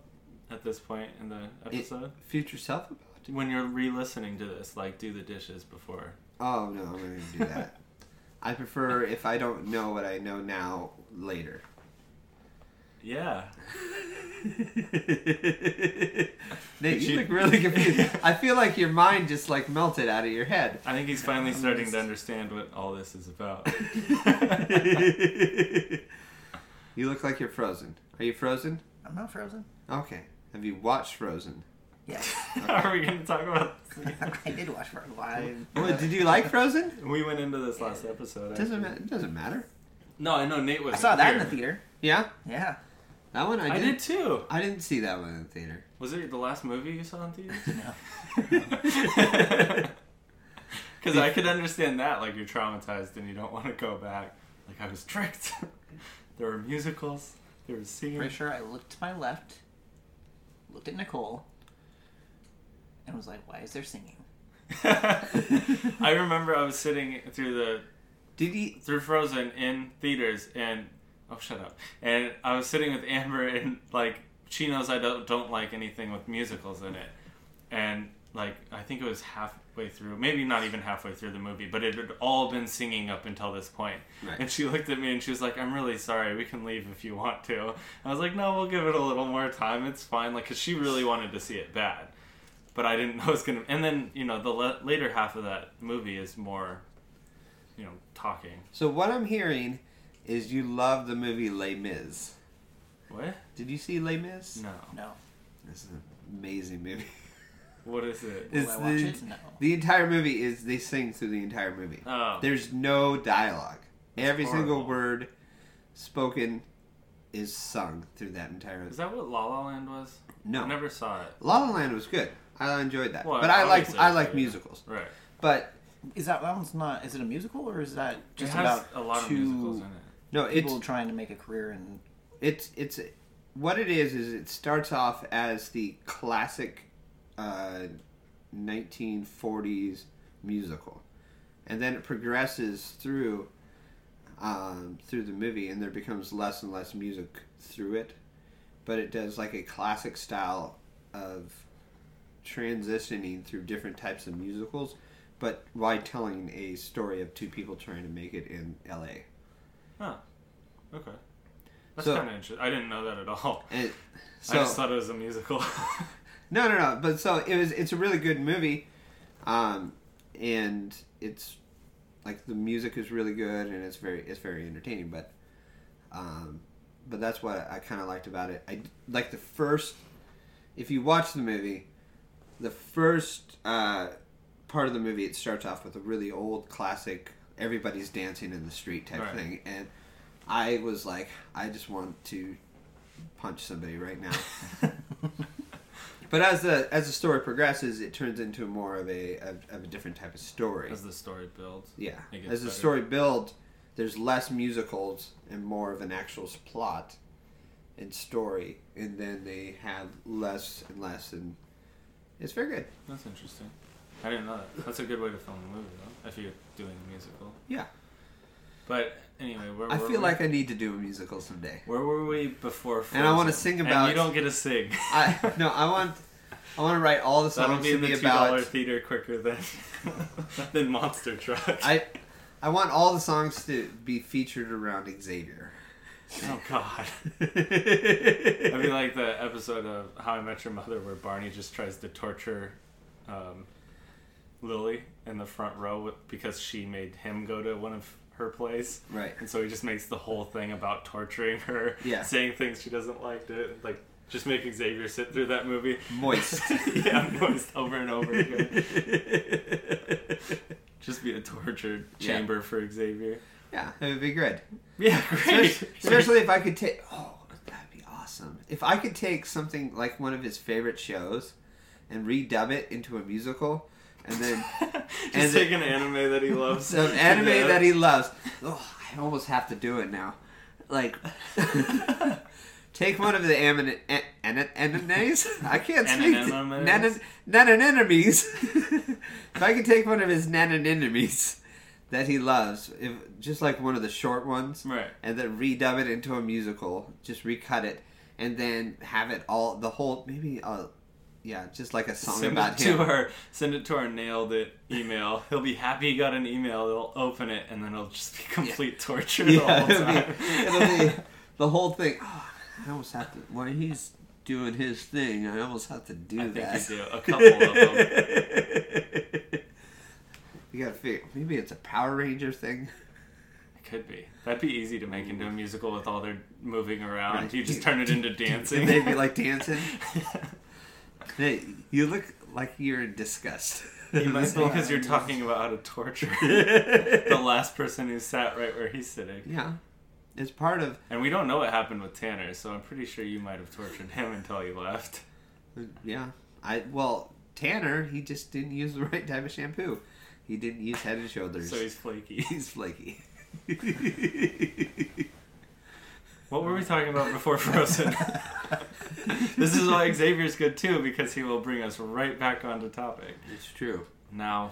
S1: at this point in the episode?
S2: Future self. about it.
S1: when you're re-listening to this, like do the dishes before.
S2: Oh no, I'm gonna do that. I prefer if I don't know what I know now later.
S1: Yeah.
S2: Nate,
S1: Did
S2: you
S1: you-
S2: look really confused. I feel like your mind just like melted out of your head.
S1: I think he's finally starting to understand what all this is about.
S2: you look like you're frozen. Are you frozen?
S3: I'm not frozen.
S2: Okay. Have you watched Frozen?
S3: Yeah,
S1: Are we going to talk about this again?
S3: I did watch for a while.
S2: Well, did you like Frozen?
S1: We went into this last episode.
S2: Doesn't ma-
S1: actually.
S2: it doesn't matter.
S1: No, I know Nate was
S3: I saw that in
S1: here.
S3: the theater.
S2: Yeah,
S3: Yeah,
S2: that one I,
S1: I
S2: didn't.
S1: did too.
S2: I didn't see that one in the theater.
S1: Was it the last movie you saw in theaters?
S3: no,
S1: Because I could understand that, like you're traumatized and you don't want to go back. Like I was tricked. there were musicals. There was singing.
S3: pretty sure I looked to my left, looked at Nicole, and was like, "Why is there singing?"
S1: I remember I was sitting through the
S2: Did you?
S1: through Frozen in theaters, and oh shut up. And I was sitting with Amber, and like she knows I don't don't like anything with musicals in it, and like I think it was halfway through, maybe not even halfway through the movie, but it had all been singing up until this point.
S2: Right.
S1: And she looked at me and she was like, "I'm really sorry. We can leave if you want to." I was like, "No, we'll give it a little more time. It's fine." Like, cause she really wanted to see it bad, but I didn't know it was gonna. And then you know, the le- later half of that movie is more, you know, talking.
S2: So what I'm hearing is you love the movie Les Mis.
S1: What?
S2: Did you see Les Mis?
S1: No.
S3: No,
S2: This is an amazing movie.
S1: What is it?
S3: will
S2: It's
S3: I watch
S2: the-
S3: it? No.
S2: The entire movie is they sing through the entire movie.
S1: Oh.
S2: There's no dialogue. Every single
S1: horrible.
S2: word spoken is sung through that entire.
S1: Is that what La La Land was?
S2: No,
S1: I never saw it.
S2: La La Land was good. I enjoyed that,
S1: Well,
S2: but I like
S1: obviously
S2: I
S1: it's
S2: like
S1: good.
S2: musicals.
S1: Right.
S2: But
S3: Is that that one's not? Is it a musical or is that just
S1: it has
S3: about
S1: a lot of
S3: two
S1: musicals in it.
S2: no, it's
S3: people trying to make a career and
S2: it's it's what it is is it starts off as the classic uh, 1940s musical and then it progresses through um, through the movie and there becomes less and less music through it but it does like a classic style of transitioning through different types of musicals but while telling a story of two people trying to make it in la
S1: Okay. That's
S2: So-
S1: kind of interesting. I didn't know that at all.
S2: and
S1: I just thought it was a musical.
S2: No, no, no. But so it was. It's a really good movie, um, and it's like the music is really good and it's very it's very entertaining. But um, but that's what I kind of liked about it. I like the first. If you watch the movie, the first uh, part of the movie it starts off with a really old classic. Everybody's dancing in the street type
S1: Right.
S2: thing, and I was like, I just want to punch somebody right now. but as the as the story progresses, it turns into more of a of, of a different type of story.
S1: as the story builds.
S2: Yeah.
S1: It gets
S2: As the
S1: better.
S2: story builds, there's less musicals and more of an actual s- plot and story, and then they have less and less, and it's very good.
S1: That's interesting. I didn't know that. That's a good way to film a movie, though, if you're doing a musical.
S2: Yeah.
S1: But anyway, where
S2: I
S1: were we?
S2: feel like I need to do a musical someday.
S1: where were we before?
S2: And I wanna
S1: Frozen?
S2: sing
S1: And
S2: about-
S1: you don't get to sing.
S2: I no, I want I want to write all the
S1: That'll
S2: songs
S1: be
S2: to
S1: in the
S2: be
S1: two dollar
S2: about.
S1: theater quicker than than Monster Truck.
S2: I I want all the songs to be featured around Xavier.
S1: oh God. That'd be like the episode of How I Met Your Mother where Barney just tries to torture um, Lily in the front row with, because she made him go to one of her plays.
S2: Right.
S1: And so he just makes the whole thing about torturing her,
S2: Yeah.
S1: saying things she doesn't like, to, like just make Xavier sit through that movie.
S2: Moist.
S1: yeah, moist over and over again. Just be a tortured
S2: Yeah.
S1: chamber for Xavier.
S2: yeah, it would be good.
S1: Yeah,
S2: Especially, especially if I could take. Oh, that'd be awesome. If I could take something like one of his favorite shows and redub it into a musical, and then
S1: just
S2: and
S1: take
S2: the-
S1: an anime that he loves.
S2: some
S1: to
S2: anime
S1: death.
S2: that he loves. Oh, I almost have to do it now. Like, take one of the amin- an- an- animes. I can't speak.
S1: Anonymes?
S2: Nanan- Nanonymies. if I could take one of his nanonymies that he loves, if, just like one of the short ones
S1: Right.
S2: and then redub it into a musical, just recut it, and then have it all the whole maybe uh yeah, just like a song
S1: Send
S2: about
S1: it to
S2: him.
S1: our send it to our nailed it email. He'll be happy he got an email. He'll open it and then it'll just be complete torture the
S2: Yeah,
S1: whole
S2: it'll be,
S1: time.
S2: it'll be the whole thing. Oh, I almost have to. When he's doing his thing, I almost have to do
S1: I think
S2: that.
S1: you do. A couple of them.
S2: You gotta figure. Maybe it's a Power Ranger thing.
S1: Could be. That'd be easy to make into a musical with all their moving around.
S2: Right.
S1: You just turn it into dancing.
S2: And they'd be like dancing. Hey, you look like you're in disgust.
S1: You must
S2: That's
S1: because
S2: why.
S1: you're talking about how to torture the last person who sat right where he's sitting.
S2: Yeah, it's part of.
S1: And we don't know what happened with Tanner, so I'm pretty sure you might have tortured him until he left.
S2: Yeah, I well Tanner, he just didn't use the right type of shampoo. He didn't use Head and Shoulders.
S1: So he's flaky.
S2: he's flaky.
S1: What were we talking about before Frozen? this is why Xavier's good too, because he will bring us right back onto topic.
S2: It's true.
S1: Now,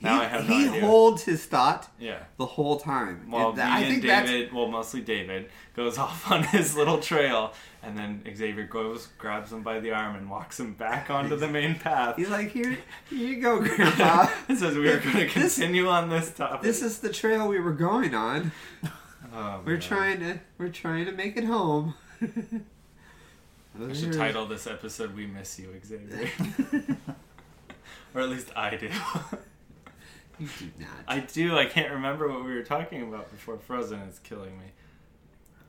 S1: now
S2: he,
S1: I have no
S2: he
S1: idea.
S2: holds his thought
S1: yeah.
S2: the whole time.
S1: While
S2: And tha- I
S1: me and
S2: think that's
S1: David, well, mostly David, goes off on his little trail, and then Xavier goes, grabs him by the arm, and walks him back onto the main path.
S2: he's like here, here you go, Grandpa.
S1: and says, We are going to
S2: This-
S1: continue on this topic.
S2: this is the trail we were going on.
S1: Oh,
S2: We're
S1: man.
S2: trying to we're trying to make it home.
S1: I should title this episode, We Miss You, Xavier. or at least I do.
S2: You do not.
S1: I do. I can't remember what we were talking about before Frozen. It's killing me.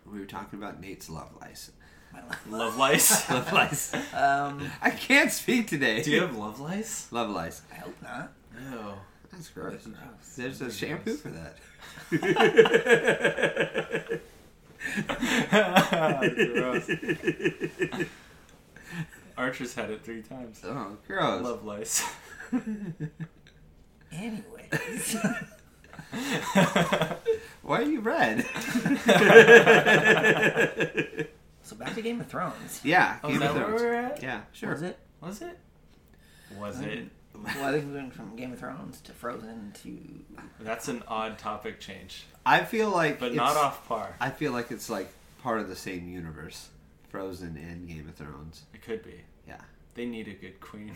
S2: We were talking about Nate's love lice.
S1: Love lice.
S2: Love lice.
S3: Um,
S2: I can't speak today.
S1: do you have love lice?
S2: Love lice.
S3: I hope not.
S1: No.
S2: That's gross.
S1: Gross.
S2: There's a shampoo for that.
S1: Gross. Archer's had it three times.
S2: Oh, gross.
S1: Love lice.
S3: Anyway,
S2: Why are you red?
S3: so back to Game of Thrones.
S2: yeah,
S1: Oh, is that where we're at?
S2: Yeah, sure.
S3: Was it?
S1: Was it? Was it?
S3: Well, I think we went from Game of Thrones to Frozen to
S1: That's an odd topic change,
S2: I feel like,
S1: but
S2: it's-
S1: not off par.
S2: I feel like it's like part of the same universe, Frozen and Game of Thrones.
S1: It could be.
S2: Yeah.
S1: They need a good queen.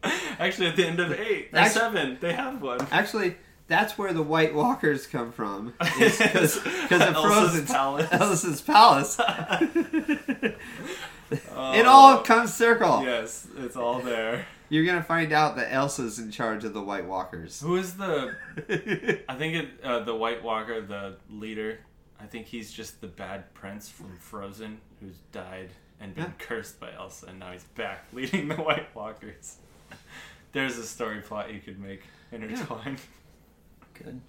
S1: Actually, at the end of eight or
S2: Actu-
S1: seven, they have one.
S2: Actually, that's where the White Walkers come from. Because of
S1: Elsa's
S2: Frozen.
S1: palace.
S2: Elsa's palace. It all
S1: Oh.
S2: comes circle.
S1: Yes, it's all there.
S2: You're gonna find out that Elsa's in charge of the White Walkers.
S1: Who is the? I think it uh, the White Walker, the leader. I think he's just the bad prince from Frozen who's died and been
S2: Yeah.
S1: cursed by Elsa, and now he's back leading the White Walkers. There's a story plot you could make intertwine.
S3: Good.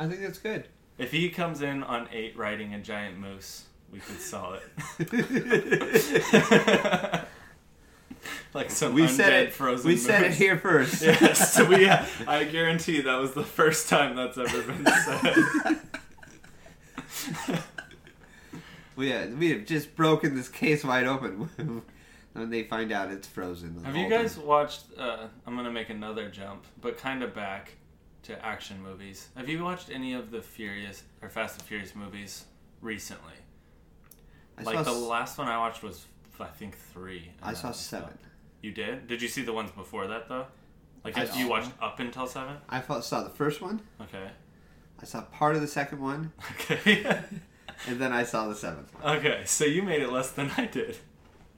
S2: I think that's good.
S1: If he comes in on eight riding a giant moose, we could sell it. like some
S2: we
S1: undead
S2: said it.
S1: frozen.
S2: we said it
S1: moose.
S2: here first.
S1: Yes, we. I guarantee that was the first time that's ever been said.
S2: We, uh, we have just broken this case wide open when they find out it's frozen.
S1: Have you
S2: All the-
S1: guys watched? Uh, I'm gonna make another jump, but kind of back to action movies. Have you watched any of the Furious or Fast and Furious movies recently?
S2: I
S1: like
S2: saw,
S1: the
S2: s-
S1: last one I watched was I think three. and
S2: I
S1: then
S2: saw
S1: stopped.
S2: seven.
S1: You did? Did you see the ones before that though? Like
S2: I
S1: after you
S3: saw-
S1: watched up until seven?
S2: I fo- saw the first one.
S1: Okay.
S2: I saw part of the second one,
S1: Okay.
S2: and then I saw the seventh. one.
S1: okay. So you made it less than I did.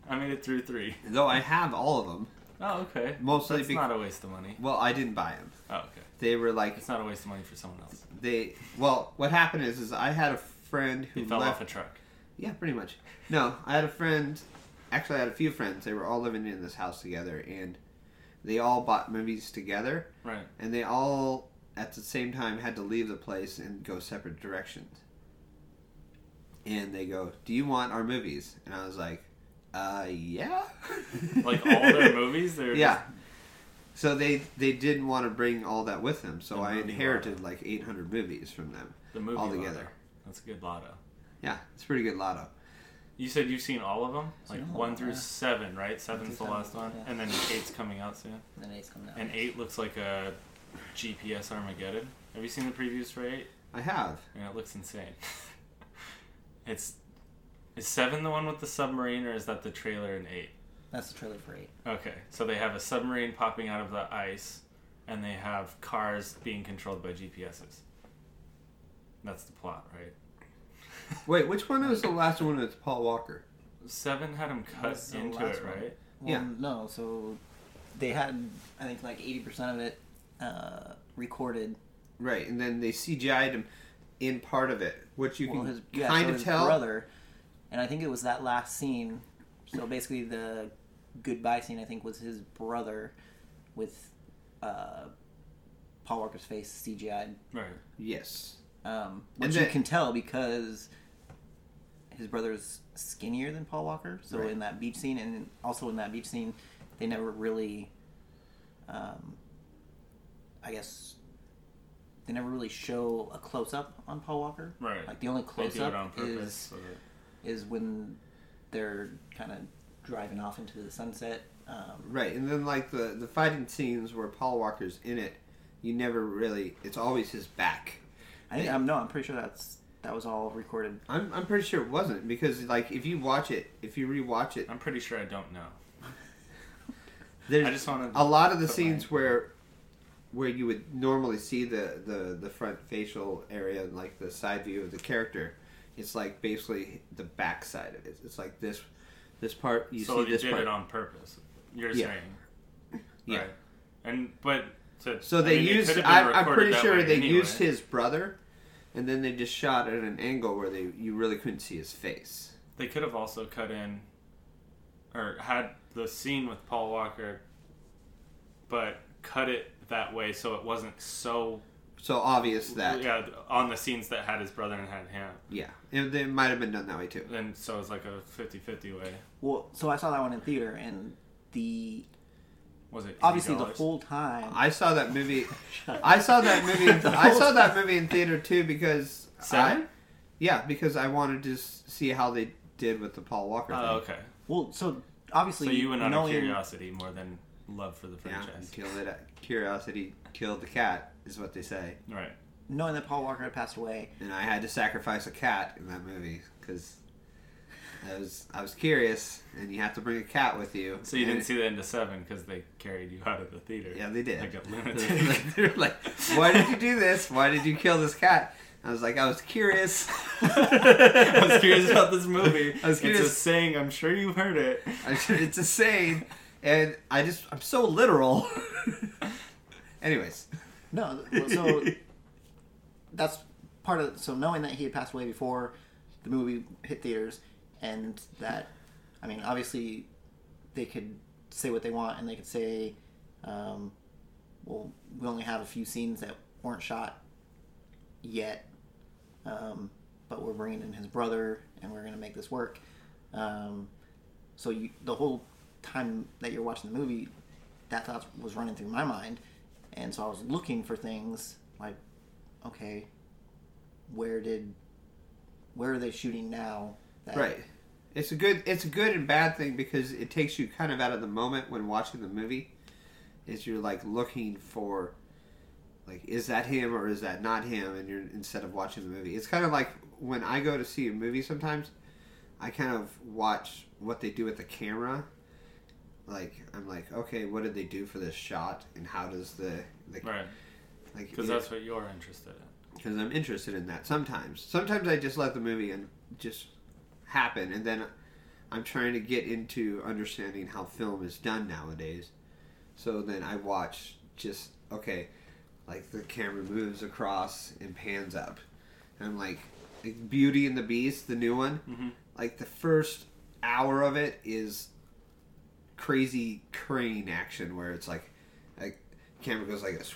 S1: I made it through three.
S2: Though I have all of them.
S1: Oh, okay.
S2: Mostly
S1: That's
S2: bec-
S1: not a waste of money.
S2: Well, I didn't buy them.
S1: Oh, okay.
S2: They were like
S1: It's not a waste of money for someone else.
S2: they. Well, what happened is, is I had a friend who
S1: He fell
S2: left.
S1: off a truck.
S2: Yeah, pretty much. No, I had a friend. Actually, I had a few friends. They were all living in this house together, and they all bought movies together,
S1: Right.
S2: and they all at the same time had to leave the place and go separate directions. And they go, "Do you want our movies?" And I was like, "Uh, yeah."
S1: Like all their movies, they're
S2: Yeah. So they they didn't want to bring all that with them, so
S1: The
S2: I
S1: movie
S2: inherited like 800 movies from them.
S1: just the movie
S2: all
S1: lotto.
S2: together.
S1: That's a good lotto.
S2: Yeah, it's pretty good lotto.
S1: You said you've seen all of them,
S3: Seen
S1: like
S3: all of
S1: one
S3: them,
S1: through
S3: yeah.
S1: seven, right? Seven's the
S3: seven,
S1: last one,
S3: yeah.
S1: and then eight's coming out soon.
S3: And then eight's coming out.
S1: And eight looks like a GPS Armageddon. Have you seen the previews for eight?
S2: I have.
S1: Yeah, it looks insane. it's is seven the one with the submarine, or is that the trailer in eight?
S3: That's the trailer for eight.
S1: Okay, so they have a submarine popping out of the ice, and they have cars being controlled by GPSs. That's the plot, right?
S2: Wait, which one was the last one with Paul Walker?
S1: Seven had him cut
S3: That's the
S1: into
S3: last
S1: it,
S3: one.
S1: right?
S3: Well,
S2: Yeah.
S3: No, so they had I think like eighty percent of it uh, recorded.
S2: Right, and then they CGI'd him in part of it, which you
S3: Well,
S2: can
S3: his yeah,
S2: kind
S3: so
S2: of
S3: his
S2: tell.
S3: brother, and I think it was that last scene. So basically, the goodbye scene I think was his brother with uh, Paul Walker's face CGI'd,
S1: Right.
S2: Yes.
S3: um,
S2: And
S3: which you
S2: the-
S3: can tell because his brother's skinnier than Paul Walker. So
S2: Right.
S3: in that beach scene, and also in that beach scene, they never really, um, I guess, they never really show a close up on Paul Walker.
S1: Right.
S3: Like the only
S1: They
S3: close
S1: do it on
S3: up
S1: purpose.
S3: is
S1: so that-
S3: is when they're kind of driving off into the sunset. Um,
S2: Right, and then like the the fighting scenes where Paul Walker's in it, you never really. It's always his back.
S3: I think I'm no, I'm pretty sure that's that was all recorded.
S2: I'm I'm pretty sure it wasn't because like if you watch it, if you rewatch it,
S1: I'm pretty sure I don't know.
S2: there's
S1: I just wanted
S2: a lot of the
S1: put
S2: scenes
S1: mine-
S2: where where you would normally see the, the, the front facial area and like the side view of the character, it's like basically the back side of it. It's like this this part you
S1: so
S2: see
S1: they
S2: this
S1: did
S2: part.
S1: it on purpose. You're
S2: Yeah.
S1: saying.
S2: Yeah.
S1: Right. And but to,
S2: So they
S1: I mean, it
S2: used.
S1: could have been
S2: I, I'm
S1: recorded
S2: pretty
S1: that
S2: sure
S1: way
S2: they
S1: anyway.
S2: used his brother, and then they just shot at an angle where they you really couldn't see his face.
S1: They could have also cut in, or had the scene with Paul Walker, but cut it that way so it wasn't so
S2: So obvious that yeah,
S1: yeah on the scenes that had his brother and had him.
S2: It, they might have been done that way too.
S1: Then so it's like a 50-50 way.
S3: Well, so I saw that one in theater, and the
S1: Was it
S3: obviously the
S1: $80?
S3: whole time
S2: I saw that movie.
S3: Shut
S2: I saw that movie.
S3: The
S2: I
S3: whole
S2: saw that movie in theater too because I,
S1: Seven?
S2: yeah, because I wanted to s- see how they did with the Paul Walker.
S1: Oh,
S2: thing.
S1: okay.
S3: Well, so
S1: So
S3: obviously,
S1: you went out of
S3: knowing,
S1: curiosity more than love for the
S2: Yeah,
S1: franchise,
S2: until it, uh, curiosity killed the cat is what they say,
S1: right?
S3: knowing that Paul Walker had passed away,
S2: and I had to sacrifice a cat in that movie because. I was I was curious, and you have to bring a cat with you.
S1: So you
S2: and
S1: didn't see the end of Seven because they carried you out of the theater.
S2: Yeah, they did.
S1: Like a lunatic.
S2: Like, They're like, why did you do this? Why did you kill this cat? I was like, I was curious.
S1: I was curious about this movie.
S2: I
S1: It's
S2: was
S1: a
S2: curious.
S1: saying. I'm sure you've heard it.
S2: I should- it's a saying, and I just I'm so literal. Anyways,
S3: no, well, so that's part of so knowing that he had passed away before the movie hit theaters, and that I mean, obviously they could say what they want, and they could say, um, "Well, we only have a few scenes that weren't shot yet, um, but we're bringing in his brother, and we're going to make this work." Um, so you, the whole time that you're watching the movie, that thought was running through my mind, and so I was looking for things like, okay, where did, where are they shooting now? That,
S2: Right. It's a good it's a good and bad thing because it takes you kind of out of the moment when watching the movie. Is you're like looking for like is that him or is that not him and you're instead of watching the movie. It's kind of like when I go to see a movie sometimes I kind of watch what they do with the camera. Like I'm like, okay, what did they do for this shot and how does the, the
S1: Right.
S2: like
S1: Because
S2: it-
S1: that's what you're interested in.
S2: because I'm interested in that sometimes. Sometimes I just let the movie and just happen, and then I'm trying to get into understanding how film is done nowadays. So then I watch just okay, like the camera moves across and pans up, and I'm like, like Beauty and the Beast, the new one,
S1: Mm-hmm.
S2: like the first hour of it is crazy crane action where it's like, like camera goes like this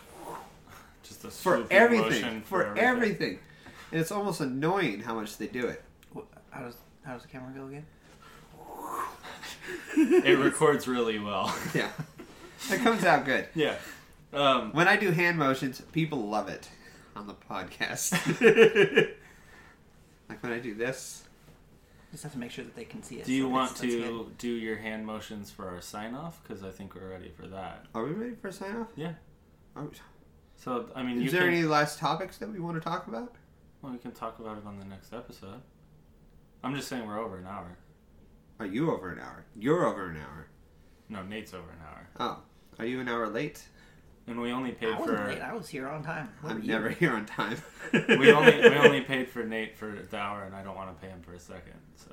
S1: Just a
S2: for
S1: swooping
S2: everything,
S1: motion
S2: for, everything. And it's almost annoying how much they do it.
S3: Wh- How does how does the camera go again?
S1: It records really well.
S2: Yeah, it comes out good.
S1: yeah. Um,
S2: When I do hand motions, people love it on the podcast. like when I do this.
S3: Just have to make sure that they can see it.
S1: do you
S3: so
S1: want
S3: that's- that's
S1: to
S3: good.
S1: do your hand motions for our sign off? Because I think we're ready for that.
S2: Are we ready for a sign off?
S1: Yeah.
S2: Are-
S1: So I mean, you
S2: Is there
S1: can,
S2: any last topics that we want to talk about?
S1: well, we can talk about it on the next episode. I'm just saying we're over an hour.
S2: Are you over an hour? You're over an hour.
S1: No, Nate's over an hour,
S2: Oh, are you an hour late?
S1: and we only paid
S3: I
S1: for
S3: wasn't late. I was here on time. What were
S2: I'm
S3: you?
S2: never here on time.
S1: we only we only paid for Nate for the hour, and I don't want to pay him for a second. So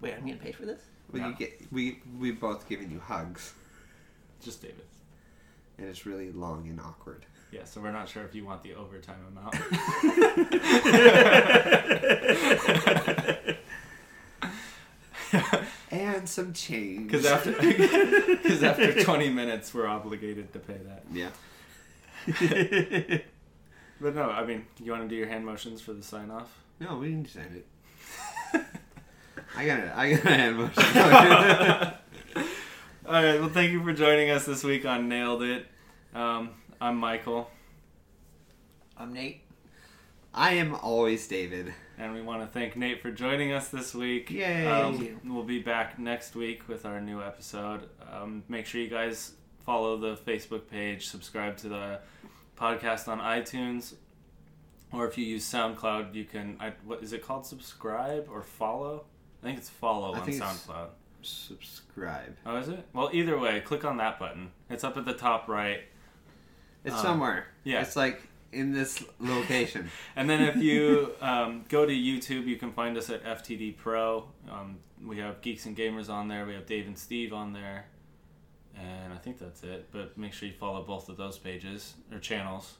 S3: Wait, I'm getting paid for this.
S2: Well, you
S1: No.
S2: get, we we both giving you hugs,
S1: just David.
S2: and it's really long and awkward.
S1: Yeah, so we're not sure if you want the overtime amount.
S2: And some change.
S1: Because after, cause after 20 minutes, we're obligated to pay that.
S2: yeah.
S1: But no, I mean, you want to do your hand motions for the sign off?
S2: No, we didn't send it. I got it. I got a hand motion.
S1: All right, well, thank you for joining us this week on Nailed It. Um, I'm Michael,
S3: I'm Nate.
S2: I am always David.
S1: and we want to thank Nate for joining us this week. Um,
S2: Yay.
S3: Thank you.
S1: we'll be back next week with our new episode. Um, make sure you guys follow the Facebook page, subscribe to the podcast on iTunes, or if you use SoundCloud, you can. I, what is it called? Subscribe or follow? I think it's follow
S2: I
S1: on
S2: think it's-
S1: SoundCloud.
S2: Subscribe.
S1: Oh, is it? Well, either way, click on that button. It's up at the top right.
S2: It's
S1: Uh,
S2: somewhere.
S1: yeah.
S2: It's like in this location.
S1: And then if you um, go to YouTube, you can find us at FTD Pro. Um, we have Geeks and Gamers on there. We have Dave and Steve on there. And I think that's it. But make sure you follow both of those pages or channels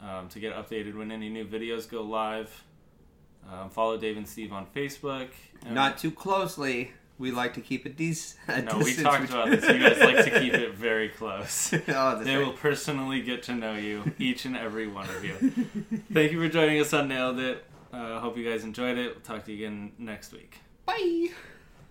S1: um, to get updated when any new videos go live. Um, follow Dave and Steve on Facebook. And-
S2: Not too closely. We like to keep it decent.
S1: No, we talked about this. You guys like to keep it very close.
S2: oh, that's
S1: They
S2: right.
S1: will personally get to know you, each and every one of you. Thank you for joining us on Nailed It. Uh, hope you guys enjoyed it. We'll talk to you again next week.
S2: Bye.